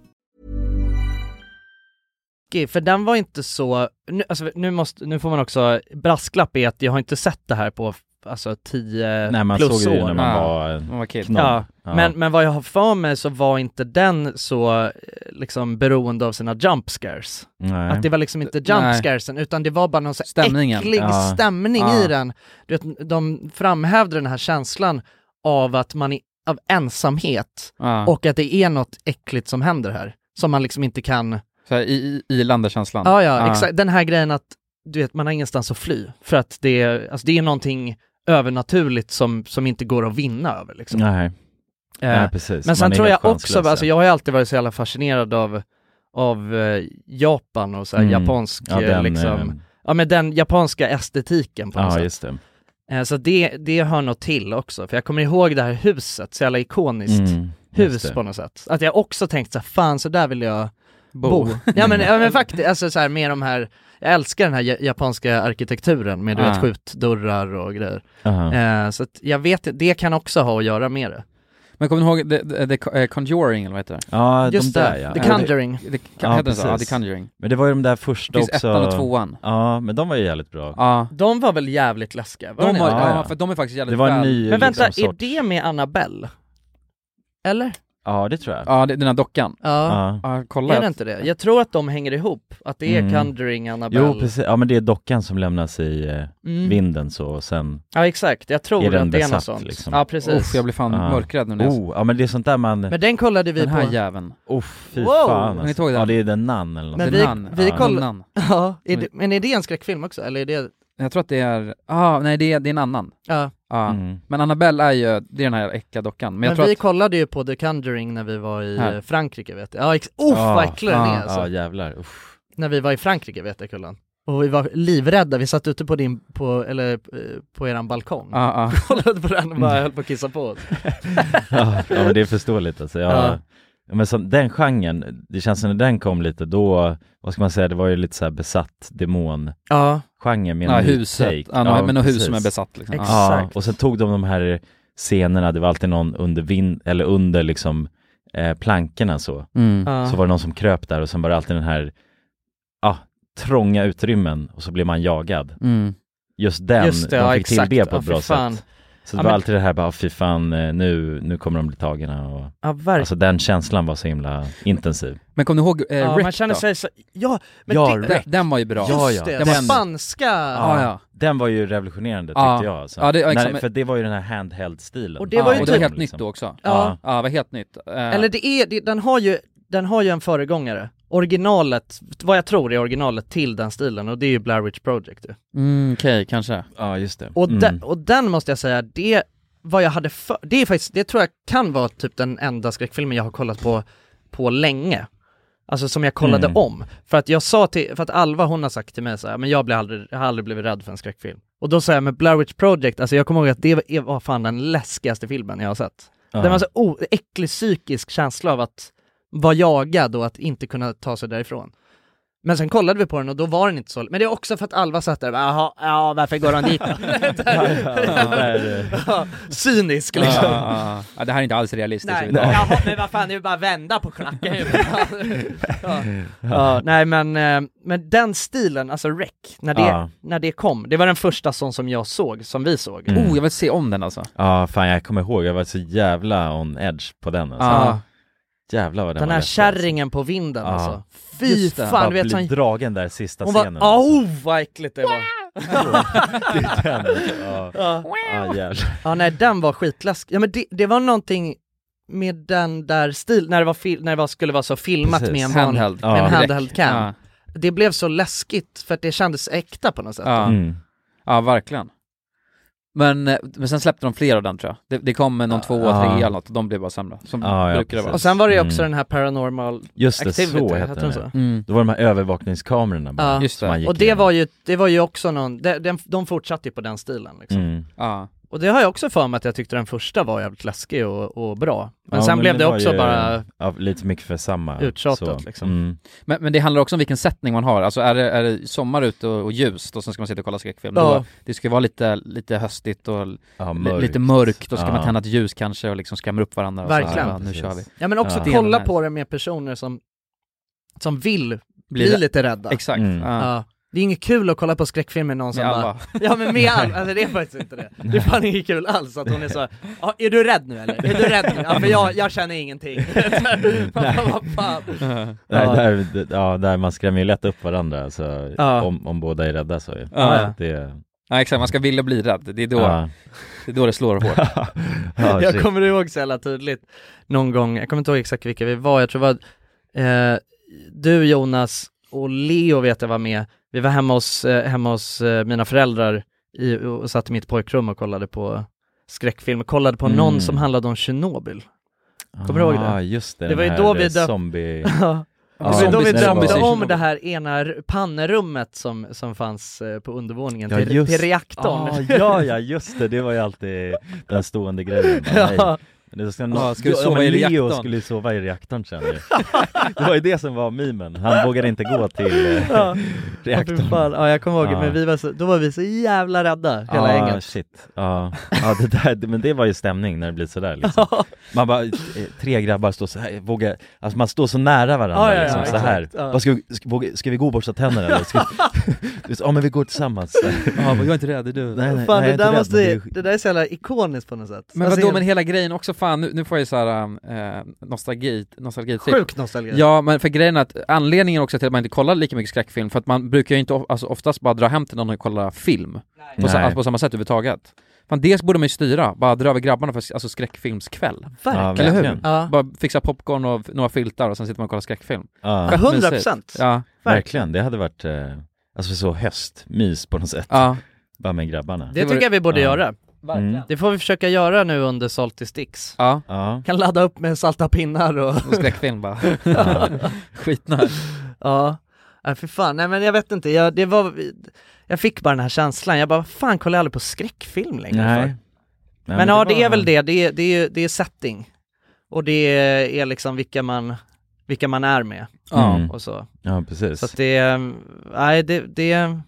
Speaker 2: för den var inte så, nu, alltså, nu, måste, nu får man också, brasklapp är att jag har inte sett det här på alltså 10
Speaker 3: Nej, man
Speaker 2: plus
Speaker 3: såg det ju
Speaker 2: år.
Speaker 3: när man Ja, var en
Speaker 1: man var kid.
Speaker 3: knoll.
Speaker 2: Ja.
Speaker 3: Ja.
Speaker 2: Men, men vad jag har för mig så var inte den så eh, liksom beroende av sina jump scares.
Speaker 3: Nej.
Speaker 2: Att det var liksom inte jump
Speaker 3: Nej.
Speaker 2: scaresen utan det var bara någon så här
Speaker 1: Stämningen.
Speaker 2: äcklig
Speaker 1: Ja.
Speaker 2: stämning
Speaker 1: Ja.
Speaker 2: i den. Du vet, de framhävde den här känslan av att man är, av ensamhet
Speaker 1: Ja.
Speaker 2: och att det är något äckligt som händer här. Som man liksom inte kan
Speaker 1: Så här, i, i, ilande-känslan.
Speaker 3: liksom.
Speaker 2: Ja, ja,
Speaker 3: Ah.
Speaker 2: exakt. Den här grejen att du vet, man har ingenstans att fly. För att det är, alltså, det är någonting övernaturligt som, som inte går att vinna över. Liksom.
Speaker 3: Nej.
Speaker 2: Eh,
Speaker 3: Nej, precis.
Speaker 2: Men sen
Speaker 3: Man är
Speaker 2: tror
Speaker 3: helt
Speaker 2: jag
Speaker 3: chanslös,
Speaker 2: också, alltså,
Speaker 3: ja.
Speaker 2: jag har ju alltid varit så jävla fascinerad av, av eh, Japan och så här
Speaker 3: Mm.
Speaker 2: japansk,
Speaker 3: Ja,
Speaker 2: eh,
Speaker 3: den,
Speaker 2: liksom,
Speaker 3: eh,
Speaker 2: ja men den japanska estetiken på något
Speaker 3: Ja,
Speaker 2: sätt.
Speaker 3: just det.
Speaker 2: Eh, Så det, det hör nog till också, för jag kommer ihåg det här huset, så jävla ikoniskt
Speaker 3: Mm, just
Speaker 2: hus
Speaker 3: det.
Speaker 2: på något sätt. Att jag också tänkt så här, fan så där vill jag
Speaker 1: Bo.
Speaker 2: bo. Ja men, ja,
Speaker 3: [LAUGHS]
Speaker 2: men faktiskt, alltså så här med de här, jag älskar den här ja- japanska arkitekturen med du
Speaker 3: Ah.
Speaker 2: vet skjutdörrar och grejer.
Speaker 3: Aha.
Speaker 2: Eh, Så att jag vet, det kan också ha att göra med det.
Speaker 1: Men kommer ni ihåg The, the, the Conjuring eller vad heter det?
Speaker 3: Ja,
Speaker 2: Just
Speaker 3: de där,
Speaker 2: det,
Speaker 3: ja.
Speaker 2: The Conjuring.
Speaker 1: Det, det, ja, heter den så? Ja, The
Speaker 3: precis.
Speaker 1: Conjuring.
Speaker 3: Men det var ju de där första
Speaker 1: Finns
Speaker 3: också.
Speaker 1: ettan och tvåan.
Speaker 3: Ja, men de var ju jävligt bra.
Speaker 1: Ja.
Speaker 2: De var väl jävligt läskiga?
Speaker 1: De
Speaker 2: det
Speaker 1: var-
Speaker 2: inte?
Speaker 1: ja, Ja. för de är faktiskt jävligt
Speaker 3: Det var en väl- ny,
Speaker 2: Men vänta,
Speaker 3: liksom,
Speaker 2: är det med Annabelle? Eller?
Speaker 3: Ja, det tror jag.
Speaker 1: Ja, det- den här dockan.
Speaker 2: Ja.
Speaker 1: ja kolla.
Speaker 2: Är det inte det? Jag tror att de hänger ihop, att det är
Speaker 3: Mm.
Speaker 2: Conjuring, Annabelle.
Speaker 3: Jo, precis. Ja, men det är dockan som lämnas i eh,
Speaker 2: Mm.
Speaker 3: vinden så och sen
Speaker 2: Ja exakt, jag tror
Speaker 3: är
Speaker 2: att det är
Speaker 3: den
Speaker 2: något
Speaker 3: besatt,
Speaker 2: sånt.
Speaker 3: Liksom.
Speaker 2: Ja precis. Uff, jag
Speaker 1: blir fan mörkrädd nu när jag-
Speaker 3: Oh, ja men det är sånt där man...
Speaker 2: Men den kollade vi
Speaker 1: Den här
Speaker 2: på.
Speaker 1: jäveln.
Speaker 3: Oh, fy
Speaker 2: Wow!
Speaker 3: fan
Speaker 1: Har ni
Speaker 3: alltså.
Speaker 1: tagit den?
Speaker 3: Ja, det är den nan eller något.
Speaker 2: Men
Speaker 3: The
Speaker 2: vi,
Speaker 3: Nun.
Speaker 2: vi
Speaker 3: Ja.
Speaker 2: kollade...
Speaker 1: Nunnan.
Speaker 2: Ja, är det, men är det en skräckfilm också eller är det...
Speaker 1: Jag tror att det är, ah, nej det är, det är en annan.
Speaker 2: Ja.
Speaker 3: Mm.
Speaker 1: Men Annabelle är ju, det är den här äckliga dockan. Men,
Speaker 2: Men,
Speaker 1: jag tror
Speaker 2: vi
Speaker 1: att,
Speaker 2: kollade ju på The Conjuring när vi var i
Speaker 1: Här.
Speaker 2: Frankrike vet jag. Ja, ex- oh, vad äcklig den
Speaker 3: fan.
Speaker 2: är alltså.
Speaker 3: Ja, jävlar. Uff.
Speaker 2: När vi var i Frankrike vet jag Kullen. Och vi var livrädda, vi satt ute på din, på, eller eh, på eran balkong.
Speaker 1: Ja, ja.
Speaker 2: [LAUGHS] Kollade på den och bara höll på att kissa på oss.
Speaker 3: ja, ja, men det är förståeligt alltså. Jag,
Speaker 2: Ja.
Speaker 3: ja, Men som, den genren, det känns som när den kom lite då, vad ska man säga, det var ju lite så här besatt demon
Speaker 2: Ja.
Speaker 3: genre med
Speaker 1: Ja,
Speaker 3: en ny
Speaker 1: huset.
Speaker 3: take.
Speaker 1: Ja, nå- men något hus som är besatt, liksom.
Speaker 3: Ja,
Speaker 1: Exakt.
Speaker 3: och sen tog de de här scenerna, det var alltid någon under vind, eller under liksom eh, plankorna så.
Speaker 1: Mm.
Speaker 2: Ja.
Speaker 3: Så var det någon som kröp där och sen var det alltid den här, ah, trånga utrymmen och så blev man jagad.
Speaker 1: Mm.
Speaker 3: Just den,
Speaker 2: Just det,
Speaker 3: de
Speaker 2: ja,
Speaker 3: fick till
Speaker 2: exakt.
Speaker 3: det på
Speaker 2: Ja,
Speaker 3: ett
Speaker 2: fy
Speaker 3: bra
Speaker 2: fan.
Speaker 3: sätt. Så det
Speaker 2: Ja,
Speaker 3: var
Speaker 2: men-
Speaker 3: alltid det här bara, fy fan, eh, nu, nu kommer de bli tagna och
Speaker 2: Ja, verkligen.
Speaker 3: Alltså den känslan var så himla intensiv.
Speaker 1: men kommer ni ihåg eh,
Speaker 2: ja,
Speaker 1: Wreck
Speaker 2: man känner
Speaker 1: då?
Speaker 2: sig så, ja, men
Speaker 3: Ja,
Speaker 2: det,
Speaker 1: Den, den var ju bra.
Speaker 2: Just Ja, ja. det,
Speaker 1: Den var-
Speaker 2: spanska.
Speaker 1: Ja, ja.
Speaker 3: Den var ju revolutionerande tyckte
Speaker 1: Ja.
Speaker 3: jag alltså.
Speaker 1: Ja, det- ja,
Speaker 3: När,
Speaker 1: exakt.
Speaker 3: för det var ju den här handheld-stilen.
Speaker 2: Och det var ju
Speaker 1: och det var
Speaker 2: typ-
Speaker 1: helt nytt då också.
Speaker 2: Ja.
Speaker 1: ja det var helt nytt. Eh,
Speaker 2: Eller det är, det, den, har ju, den har ju en föregångare. Originalet, vad jag tror är originalet till den stilen och det är ju Blair Witch Project ju.
Speaker 1: Mm, okej, kanske.
Speaker 3: Ja, just det.
Speaker 2: Och,
Speaker 3: [LAUGHS]
Speaker 2: de, och den måste jag säga, det vad jag hade för, det är faktiskt, det tror jag kan vara typ den enda skräckfilmen jag har kollat på på länge. Alltså som jag kollade
Speaker 3: Mm.
Speaker 2: om. För att jag sa till, för att Alva hon har sagt till mig så här, men jag, blir aldrig, jag har aldrig blivit rädd för en skräckfilm. Och då sa jag med Blair Witch Project, alltså jag kommer ihåg att det var, var fan den läskigaste filmen jag har sett.
Speaker 3: Ja.
Speaker 2: Den var så o- äcklig psykisk känsla av att vara jagad och att inte kunna ta sig därifrån. Men sen kollade vi på den och då var den inte så, men det är också för att Alva satt där och bara, jaha, ja varför går de dit då?"
Speaker 3: eh,
Speaker 2: Ja, Cynisk [LAUGHS] liksom.
Speaker 1: Ja, ja, ja. ja, det här är inte alls realistiskt.
Speaker 2: Nej,
Speaker 1: överhuvudtaget.
Speaker 2: jaha, men vad fan, det är ju bara att vända på
Speaker 3: [LAUGHS]
Speaker 2: klacken ju. ja. ja, nej men, eh, men den stilen, alltså Rec, när det,
Speaker 3: Ja.
Speaker 2: när det kom, det var den första sån som jag såg, som vi såg.
Speaker 3: Mm. Oh, jag
Speaker 1: vill se om den alltså.
Speaker 3: Ja, fan jag kommer ihåg, jag var så jävla on edge på den alltså.
Speaker 2: Ja.
Speaker 3: Jävlar vad den,
Speaker 2: Den
Speaker 3: var
Speaker 2: här
Speaker 3: läskig.
Speaker 2: kärringen på vinden
Speaker 3: Ja.
Speaker 2: alltså. Fy
Speaker 3: Just det.
Speaker 2: fan, du
Speaker 3: Bara
Speaker 2: vet
Speaker 3: bli
Speaker 2: som...
Speaker 3: dragen där sista
Speaker 2: Hon
Speaker 3: scenen.
Speaker 2: var,
Speaker 3: [LAUGHS]
Speaker 2: oh vad äckligt det var.
Speaker 3: Det är den. alltså. Ja,
Speaker 2: Ja.
Speaker 3: ja jävlar.
Speaker 2: Ja nej den var skitläskig, ja men det, det var någonting med den där stil, när det, var fil- när det var, skulle vara så filmat
Speaker 3: Precis.
Speaker 2: med en vanlig-
Speaker 3: Handheld.
Speaker 2: med en
Speaker 3: Ja.
Speaker 2: handheld cam.
Speaker 1: Ja.
Speaker 2: Det blev så läskigt för att det kändes äkta på något sätt.
Speaker 3: Mm.
Speaker 1: Ja, ja verkligen. Men, eh, men sen släppte de fler av den tror jag. Det, det kom eh, någon tvåa,
Speaker 3: Ja.
Speaker 1: trea eller något och de blev bara sämre. Som
Speaker 3: Ja, ja,
Speaker 1: brukar det vara.
Speaker 2: Och sen var det ju också
Speaker 3: Mm.
Speaker 2: den här paranormal
Speaker 3: Just det,
Speaker 2: activity,
Speaker 3: så
Speaker 2: heter
Speaker 3: hette den.
Speaker 2: den så.
Speaker 1: Mm.
Speaker 3: Då var de här övervakningskamerorna bara,
Speaker 2: Ja.
Speaker 3: som man gick
Speaker 2: Och det var, ju, det var ju också någon, de, de, de fortsatte ju på den stilen liksom.
Speaker 3: Mm.
Speaker 1: Ja.
Speaker 2: Och det har jag också för mig att jag tyckte den första var jävligt läskig och, och bra. Men
Speaker 3: Ja,
Speaker 2: sen blev
Speaker 3: den
Speaker 2: det
Speaker 3: var
Speaker 2: också
Speaker 3: ju,
Speaker 2: bara
Speaker 3: ja, lite mycket för samma.
Speaker 2: uttjatat
Speaker 3: så.
Speaker 2: liksom.
Speaker 3: Mm.
Speaker 1: Men, men det handlar också om vilken sättning man har. Alltså är det, är det sommar ute och, och ljust och sen ska man sitta och kolla skräckfilm.
Speaker 2: Ja.
Speaker 1: Då, det ska ju vara lite, lite höstigt och l-
Speaker 3: Ja,
Speaker 1: li-
Speaker 3: mörkt.
Speaker 1: lite mörkt och ska
Speaker 3: Ja.
Speaker 1: man tända ett ljus kanske och liksom skrämmer upp varandra. Och så,
Speaker 2: Verkligen.
Speaker 1: här, ja, nu kör vi.
Speaker 2: Ja men också
Speaker 1: Det är
Speaker 2: kolla
Speaker 1: nice.
Speaker 2: på det med personer som, som vill bli,
Speaker 1: Bli rä-
Speaker 2: lite rädda.
Speaker 3: Mm.
Speaker 1: Exakt.
Speaker 2: Ja.
Speaker 1: Ja.
Speaker 2: Det är inget kul att kolla på skräckfilmer någon som
Speaker 10: Med
Speaker 2: bara,
Speaker 10: Alva.
Speaker 2: Ja men med Alva, alltså det är faktiskt inte det. Det är fan inget kul alls att hon är så ja, är du rädd nu eller? Är du rädd nu? Ja för jag, jag känner ingenting. [LAUGHS] Man bara, vad fan?
Speaker 3: Nej, där, ja, där man skrämmer ju lätt upp varandra alltså,
Speaker 1: Ja.
Speaker 3: om, om båda är rädda så.
Speaker 1: Ja, ja.
Speaker 3: Det,
Speaker 1: [LAUGHS] Ja exakt, man ska vilja bli rädd, det är då,
Speaker 3: Ja.
Speaker 1: det, är då det slår
Speaker 3: [LAUGHS]
Speaker 1: hårt.
Speaker 2: [LAUGHS] jag kommer ihåg så jävla tydligt någon gång, jag kommer inte ihåg exakt vilka vi var, jag tror det var eh, du Jonas och Leo vet jag var med, vi var hemma hos, eh, hemma hos eh, mina föräldrar i, och satt i mitt pojkrum och kollade på skräckfilmer, kollade på
Speaker 3: Mm.
Speaker 2: någon som handlade om Tjernobyl. Kommer du ihåg det?
Speaker 3: Ah, just det,
Speaker 2: det var ju
Speaker 3: den
Speaker 2: då
Speaker 3: här,
Speaker 2: vi
Speaker 3: eh,
Speaker 2: döpte...
Speaker 3: zombie-
Speaker 2: ja.
Speaker 3: Ja,
Speaker 2: Det var ju då vi
Speaker 3: zombie-
Speaker 2: döpte
Speaker 3: zombie-
Speaker 2: om det här ena r- pannrummet som, som fanns eh, på undervåningen
Speaker 3: Ja,
Speaker 2: till,
Speaker 3: just-
Speaker 2: till reaktorn.
Speaker 3: Ah, [LAUGHS] [LAUGHS] ja, ja, just det, det var ju alltid den stående [LAUGHS] grejen. Bara, nej.
Speaker 2: Ja.
Speaker 3: Men Det ska,
Speaker 2: Ja, ska du
Speaker 3: ja,
Speaker 2: sova
Speaker 3: men
Speaker 2: i
Speaker 3: Leo
Speaker 2: reaktorn?
Speaker 3: skulle ju sova i reaktorn sen [LAUGHS] ju. Det var ju det som var mimen, han vågade inte gå till eh,
Speaker 2: Ja.
Speaker 3: [LAUGHS] reaktorn.
Speaker 2: [LAUGHS] Ja, fy fan. ja jag kommer ihåg det,
Speaker 3: Ja.
Speaker 2: men vi var så, då var vi så jävla rädda, hela
Speaker 3: ah,
Speaker 2: gänget.
Speaker 3: shit. Ja, ja det där, det- men det var ju stämning när det blir sådär
Speaker 2: [LAUGHS]
Speaker 3: liksom. Man bara, eh, tre grabbar står så här, vågar, alltså man står så nära varandra
Speaker 2: Ja, ja, ja,
Speaker 3: liksom, så
Speaker 2: exakt.
Speaker 3: här.
Speaker 2: Ja.
Speaker 3: Vad Ska, vi- ska, våga- ska vi gå och borsta tänderna eller? Ska, vi- [LAUGHS] ja men vi
Speaker 2: [LAUGHS]
Speaker 3: går tillsammans.
Speaker 1: Ja, men jag är inte rädd, är du?
Speaker 3: Nej, nej,
Speaker 2: Fan
Speaker 3: nej, jag
Speaker 2: det där
Speaker 3: är inte rädd,
Speaker 2: måste,
Speaker 3: men det är
Speaker 2: det där är så jävla ikoniskt på något sätt.
Speaker 1: Men
Speaker 2: Alltså,
Speaker 1: vadå,
Speaker 2: helt-
Speaker 1: men hela grejen också, fan nu, nu får jag ju såhär eh, nostalgi, nostalgi
Speaker 2: Sjuk nostalgi.
Speaker 1: Ja, men för grejen är att anledningen också till att man inte kollar lika mycket skräckfilm, för att man brukar ju inte, of- alltså oftast bara dra hem till någon och kolla film. På, sa,
Speaker 3: Nej.
Speaker 1: alltså på samma sätt överhuvudtaget. Fan det borde man ju styra, bara dra över grabbarna för s- alltså skräckfilmskväll.
Speaker 2: Verkligen.
Speaker 1: Eller hur?
Speaker 2: verkligen. Ja.
Speaker 1: Bara fixa popcorn och v- några filtar och sen sitter man och kollar skräckfilm.
Speaker 3: Ja.
Speaker 1: Fett
Speaker 2: 100%.
Speaker 1: mysigt. Ja.
Speaker 3: Verkligen, det hade varit eh, alltså så höstmys på något sätt.
Speaker 1: Ja.
Speaker 3: Bara med grabbarna.
Speaker 2: Det tycker jag vi borde
Speaker 3: Ja.
Speaker 2: göra.
Speaker 3: Verkligen. Mm.
Speaker 2: Det får vi försöka göra nu under Salty Sticks.
Speaker 1: Ja.
Speaker 3: Ja.
Speaker 2: Kan ladda upp med salta pinnar och...
Speaker 1: Och skräckfilm [LAUGHS] bara. Skitnär.
Speaker 2: Ja. Ja, för fan. Nej men jag vet inte, jag, det var... Jag fick bara den här känslan, jag bara, "Vad fan kollar jag aldrig på skräckfilm längre
Speaker 3: Nej.
Speaker 2: för?
Speaker 3: Nej,
Speaker 2: Men,
Speaker 3: men
Speaker 2: ja,
Speaker 3: det
Speaker 2: det,
Speaker 3: var-
Speaker 2: är väl det, det är, det är, det är setting. Och det är liksom vilka man, vilka man är med.
Speaker 3: Mm.
Speaker 2: Och så.
Speaker 3: Ja, precis.
Speaker 2: Så att det, ehm, nej det, det,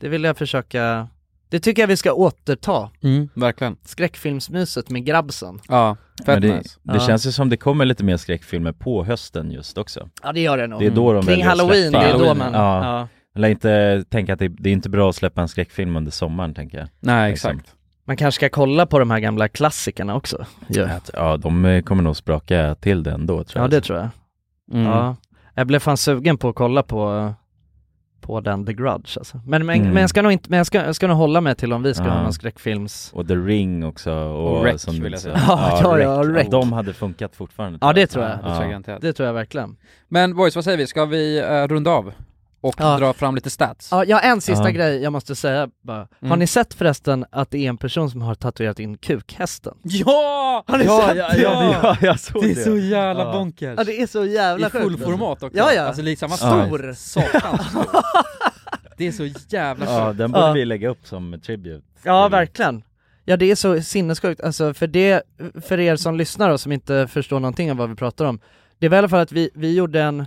Speaker 2: det vill jag försöka, det tycker jag vi ska återta.
Speaker 1: Mm, verkligen.
Speaker 2: Skräckfilmsmyset med grabbsen.
Speaker 1: Ja,
Speaker 3: Men det, det
Speaker 2: Ja.
Speaker 3: känns ju som det kommer lite mer skräckfilmer på hösten just också.
Speaker 2: Ja, det gör det nog.
Speaker 3: Det är då de
Speaker 2: Mm. Kring
Speaker 3: väljer att
Speaker 2: Halloween,
Speaker 3: släppa-
Speaker 2: det är då man-
Speaker 3: Ja.
Speaker 2: ja.
Speaker 3: Jag lär inte tänka att det, det är inte bra att släppa en skräckfilm under sommaren tänker jag. Liksom.
Speaker 1: Nej,
Speaker 3: exakt.
Speaker 2: Man kanske ska kolla på de här gamla klassikerna också.
Speaker 3: Ja. Att, ja, de eh, kommer nog spraka till det ändå tror
Speaker 2: Ja,
Speaker 3: jag.
Speaker 2: det tror jag.
Speaker 3: Mm.
Speaker 2: Ja. Jag blev fan sugen på att kolla på, på den The Grudge alltså. Men, men,
Speaker 3: Mm.
Speaker 2: men jag ska nog inte, men jag ska, jag ska nog hålla mig till om vi ska
Speaker 3: Ja.
Speaker 2: ha någon skräckfilms...
Speaker 3: Och The Ring också. Och,
Speaker 2: Och Wreck,
Speaker 3: som,
Speaker 2: vill jag säga. [LAUGHS] Ja, ja, ja, Wreck.
Speaker 3: De hade funkat fortfarande.
Speaker 2: Ja det tror jag.
Speaker 1: det tror jag garanterat.
Speaker 2: Det tror jag verkligen.
Speaker 1: Men boys, vad säger vi? Ska vi eh, runda av? Och
Speaker 2: Ja.
Speaker 1: dra fram lite stats?
Speaker 2: Ja, jag har en sista
Speaker 1: Ja.
Speaker 2: grej jag måste säga bara. Har
Speaker 1: Mm.
Speaker 2: ni sett förresten att det är en person som har tatuerat in kukhästen?
Speaker 1: Ja!
Speaker 2: Har ni
Speaker 1: ja,
Speaker 2: sett
Speaker 1: ja,
Speaker 2: det?
Speaker 1: ja, ja,
Speaker 3: jag såg
Speaker 1: det är
Speaker 3: det.
Speaker 1: så jävla
Speaker 3: Ja.
Speaker 1: bonkers.
Speaker 2: Ja det är så jävla
Speaker 1: I full
Speaker 2: sjukt.
Speaker 1: format också.
Speaker 2: Ja ja.
Speaker 1: Alltså lite samma
Speaker 2: Stor.
Speaker 1: Satan. Det är så jävla
Speaker 3: Ja,
Speaker 1: sjukt.
Speaker 3: den borde
Speaker 2: Ja.
Speaker 3: vi lägga upp som tribute.
Speaker 2: Ja, verkligen. Mm. Ja, det är så sinnessjukt. Alltså, för, det, för er som lyssnar och som inte förstår någonting av vad vi pratar om, det var i alla fall att vi, vi gjorde en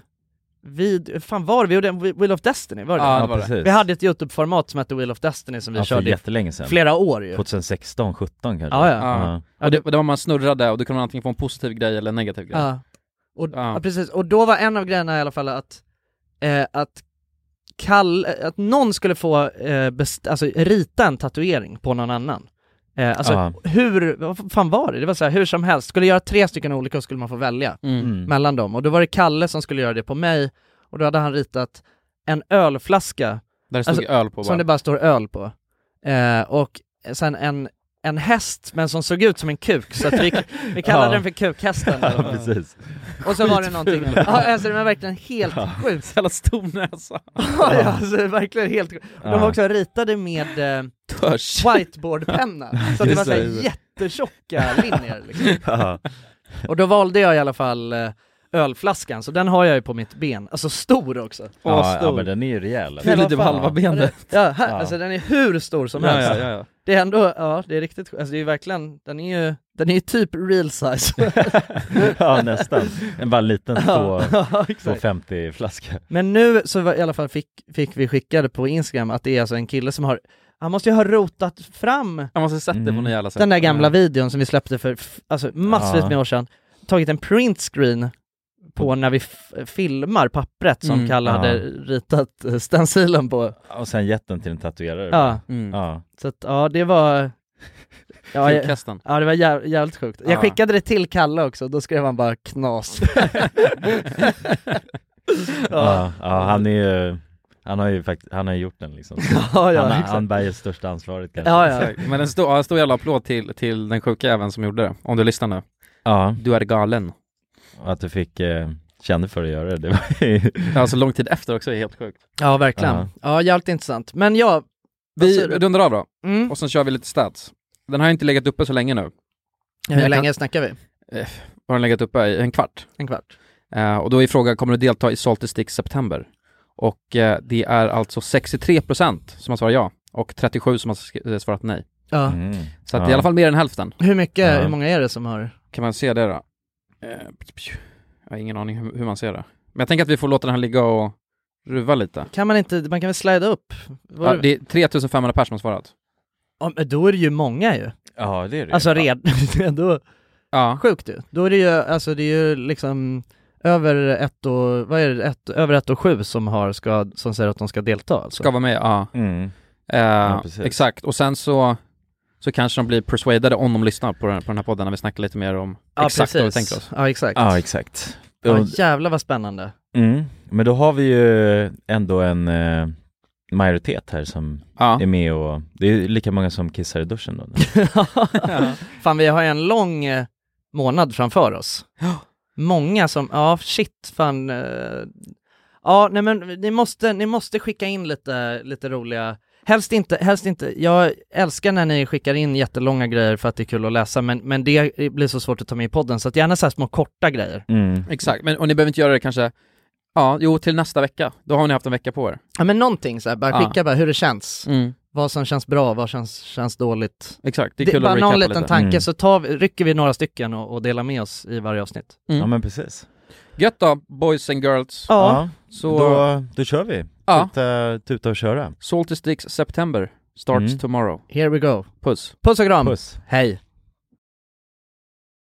Speaker 2: vid, fan var det? Vi gjorde en Wheel of Destiny, var det
Speaker 3: Ja, det var det. precis.
Speaker 2: Vi hade ett YouTube-format som hette Wheel of Destiny som vi
Speaker 3: Ja, för
Speaker 2: körde i
Speaker 3: jättelänge sedan.
Speaker 2: flera år ju.
Speaker 3: 2016, 17 kanske.
Speaker 2: Ja, ja.
Speaker 1: Och det, det var man snurrade och då kunde man antingen få en positiv grej eller en negativ grej.
Speaker 2: Ja. Och, ja. precis. Och då var en av grejerna i alla fall att, eh, att, kall, eh, att någon skulle få eh, best, alltså, rita en tatuering på någon annan. Eh, alltså
Speaker 3: Ja.
Speaker 2: hur, vad fan var det? Det var så här, hur som helst, skulle göra tre stycken olika och skulle man få välja
Speaker 3: Mm.
Speaker 2: mellan dem. Och då var det Kalle som skulle göra det på mig och då hade han ritat en ölflaska
Speaker 1: Där det stod öl på bara.
Speaker 2: som det bara står öl på. Eh, och sen en, en häst, men som såg ut som en kuk, så att vi, vi kallade
Speaker 3: Ja.
Speaker 2: den för kukhästen.
Speaker 3: [LAUGHS] Ja, precis.
Speaker 2: Och så var det
Speaker 3: Skitful. [LAUGHS]
Speaker 2: någonting, ja, alltså det var verkligen helt
Speaker 3: Ja.
Speaker 1: [LAUGHS]
Speaker 2: sjukt.
Speaker 1: Så jävla stor näsa.
Speaker 2: [LAUGHS] ja, ja, alltså det är verkligen helt sjukt. De
Speaker 1: Ja.
Speaker 2: var också ritade med eh,
Speaker 1: Törs.
Speaker 3: [LAUGHS]
Speaker 2: whiteboardpenna, så att det
Speaker 1: Just det,
Speaker 2: var såhär
Speaker 1: just det.
Speaker 2: jättetjocka linjer liksom. [LAUGHS]
Speaker 3: Ja.
Speaker 2: Och då valde jag i alla fall eh, ölflaskan, så den har jag ju på mitt ben, alltså stor också.
Speaker 3: Ja, ja, men den är ju rejäl.
Speaker 2: Men vad fan. Ja, här,
Speaker 3: Ja.
Speaker 2: alltså den är hur stor som
Speaker 3: Ja,
Speaker 2: helst.
Speaker 3: ja, ja, ja.
Speaker 2: Det är ändå, ja det är riktigt, sjukt. alltså det är ju verkligen, den är ju, den är ju typ real size.
Speaker 3: [LAUGHS] ja, nästan. En bara liten
Speaker 2: [LAUGHS] Ja, ja, exakt.
Speaker 3: 250 flaska.
Speaker 2: Men nu så var, i alla fall fick, fick vi skickade på Instagram att det är alltså en kille som har, han måste ju ha rotat fram
Speaker 1: Han måste ha sett det på
Speaker 3: Mm.
Speaker 1: något jävla sätt.
Speaker 2: den där gamla videon som vi släppte för f- alltså, massvis
Speaker 1: Ja.
Speaker 2: med år sedan, tagit en print screen på när vi f- filmar pappret som
Speaker 3: Mm,
Speaker 2: Kalle
Speaker 3: ja.
Speaker 2: hade ritat eh, stencilen på.
Speaker 3: Och sen gett den till en tatuerare.
Speaker 2: Ja.
Speaker 3: Mm. ja.
Speaker 2: Så att, ja, det var... Ja, jag-
Speaker 3: Flygkastan.
Speaker 2: ja, det var jäv, jävligt sjukt.
Speaker 3: Ja.
Speaker 2: Jag skickade det till Kalle också, då skrev han bara knas.
Speaker 3: [LAUGHS]
Speaker 2: [LAUGHS]
Speaker 3: Ja, ja, han är ju, han har ju fakt- han har ju gjort den liksom.
Speaker 2: [LAUGHS] ja,
Speaker 3: han,
Speaker 1: exakt.
Speaker 3: han bär ju största ansvaret kanske.
Speaker 1: Exakt. Men en stor, ja, en stor jävla applåd till, till den sjuka även som gjorde det, om du lyssnar nu.
Speaker 3: Ja.
Speaker 1: Du är galen.
Speaker 3: Och Att du fick, eh, kände för att göra det. det var ju...
Speaker 1: Ja, så Alltså, lång tid efter också är helt sjukt.
Speaker 2: Ja, verkligen.
Speaker 1: Ja.
Speaker 2: Ja, jävligt intressant. Men ja,
Speaker 1: Vi rundar av då,
Speaker 2: Mm.
Speaker 1: och sen kör vi lite stats. Den har ju inte legat uppe så länge nu.
Speaker 2: hur länge snackar vi?
Speaker 1: Eh, Har den legat uppe i en kvart?
Speaker 2: En kvart.
Speaker 1: Eh, och då är frågan, kommer du delta i Salty Stick September? Och eh, det är alltså 63% som har svarat ja, och 37% som har sk- eh, svarat nej.
Speaker 2: Ja.
Speaker 3: Mm.
Speaker 1: Så att det är i alla fall mer än hälften.
Speaker 2: Hur mycket,
Speaker 1: Ja.
Speaker 2: hur många är det som har...
Speaker 1: Kan man se det då? Eh, Jag har ingen aning hur hur man ser det. Men jag tänker att vi får låta den här ligga och ruva lite.
Speaker 2: Kan man inte, man kan väl slida upp? Var-
Speaker 1: Ja, det är 3500 personer som har svarat.
Speaker 2: Ja, men då är det ju många ju.
Speaker 3: Ja, det är det.
Speaker 2: Alltså [LAUGHS] redan, då...
Speaker 1: Ja.
Speaker 2: Sjukt ju. Då är det ju, alltså det är ju liksom över ett och, vad är det, ett, över ett och sju som har, ska, som säger att de ska delta alltså.
Speaker 1: Ska vara med, ja.
Speaker 3: Mm.
Speaker 1: Eh,
Speaker 3: precis.
Speaker 1: exakt, och sen så, så kanske de blir persuadade om de lyssnar på den, på den här podden när vi snackar lite mer om
Speaker 2: Ja,
Speaker 1: exakt vad vi
Speaker 2: precis.
Speaker 1: tänker oss.
Speaker 2: Ja, exakt.
Speaker 3: Ja, exakt.
Speaker 2: Ja,
Speaker 3: Och-
Speaker 2: jävlar vad spännande.
Speaker 3: Mm. Men då har vi ju ändå en eh, majoritet här som
Speaker 1: Ja.
Speaker 3: är med och det är ju lika många som kissar i duschen [LAUGHS] då.
Speaker 2: Fan vi har ju en lång eh, månad framför oss. Många som, ja shit fan. eh, Ja nej men ni måste, ni måste skicka in lite, lite roliga, helst inte, helst inte, jag älskar när ni skickar in jättelånga grejer för att det är kul att läsa men, men det blir så svårt att ta med i podden så att gärna så här små korta grejer.
Speaker 3: Mm.
Speaker 1: Exakt, men, och ni behöver inte göra det kanske, ja, jo, till nästa vecka. Då har ni haft en vecka på er.
Speaker 2: Ja men någonting så här, bara
Speaker 1: Ja.
Speaker 2: skicka bara hur det känns.
Speaker 1: Mm.
Speaker 2: Vad som känns bra, vad känns, känns dåligt.
Speaker 1: Exakt, det är
Speaker 2: det,
Speaker 1: kul att
Speaker 2: bara någon
Speaker 1: recapa
Speaker 2: liten
Speaker 1: lite.
Speaker 2: tanke
Speaker 1: Mm.
Speaker 2: så tar vi, rycker vi några stycken och, och delar med oss i varje avsnitt.
Speaker 1: Ja, men
Speaker 3: precis.
Speaker 1: Mm. Gött då, boys and girls.
Speaker 3: Ja.
Speaker 1: Så,
Speaker 3: Då, då kör vi.
Speaker 1: Ja.
Speaker 3: Tuta, tuta och köra.
Speaker 1: Salty Sticks September starts
Speaker 3: Mm.
Speaker 1: tomorrow.
Speaker 2: Here we go.
Speaker 1: Puss.
Speaker 2: Puss och kram.
Speaker 3: Puss.
Speaker 2: Hej.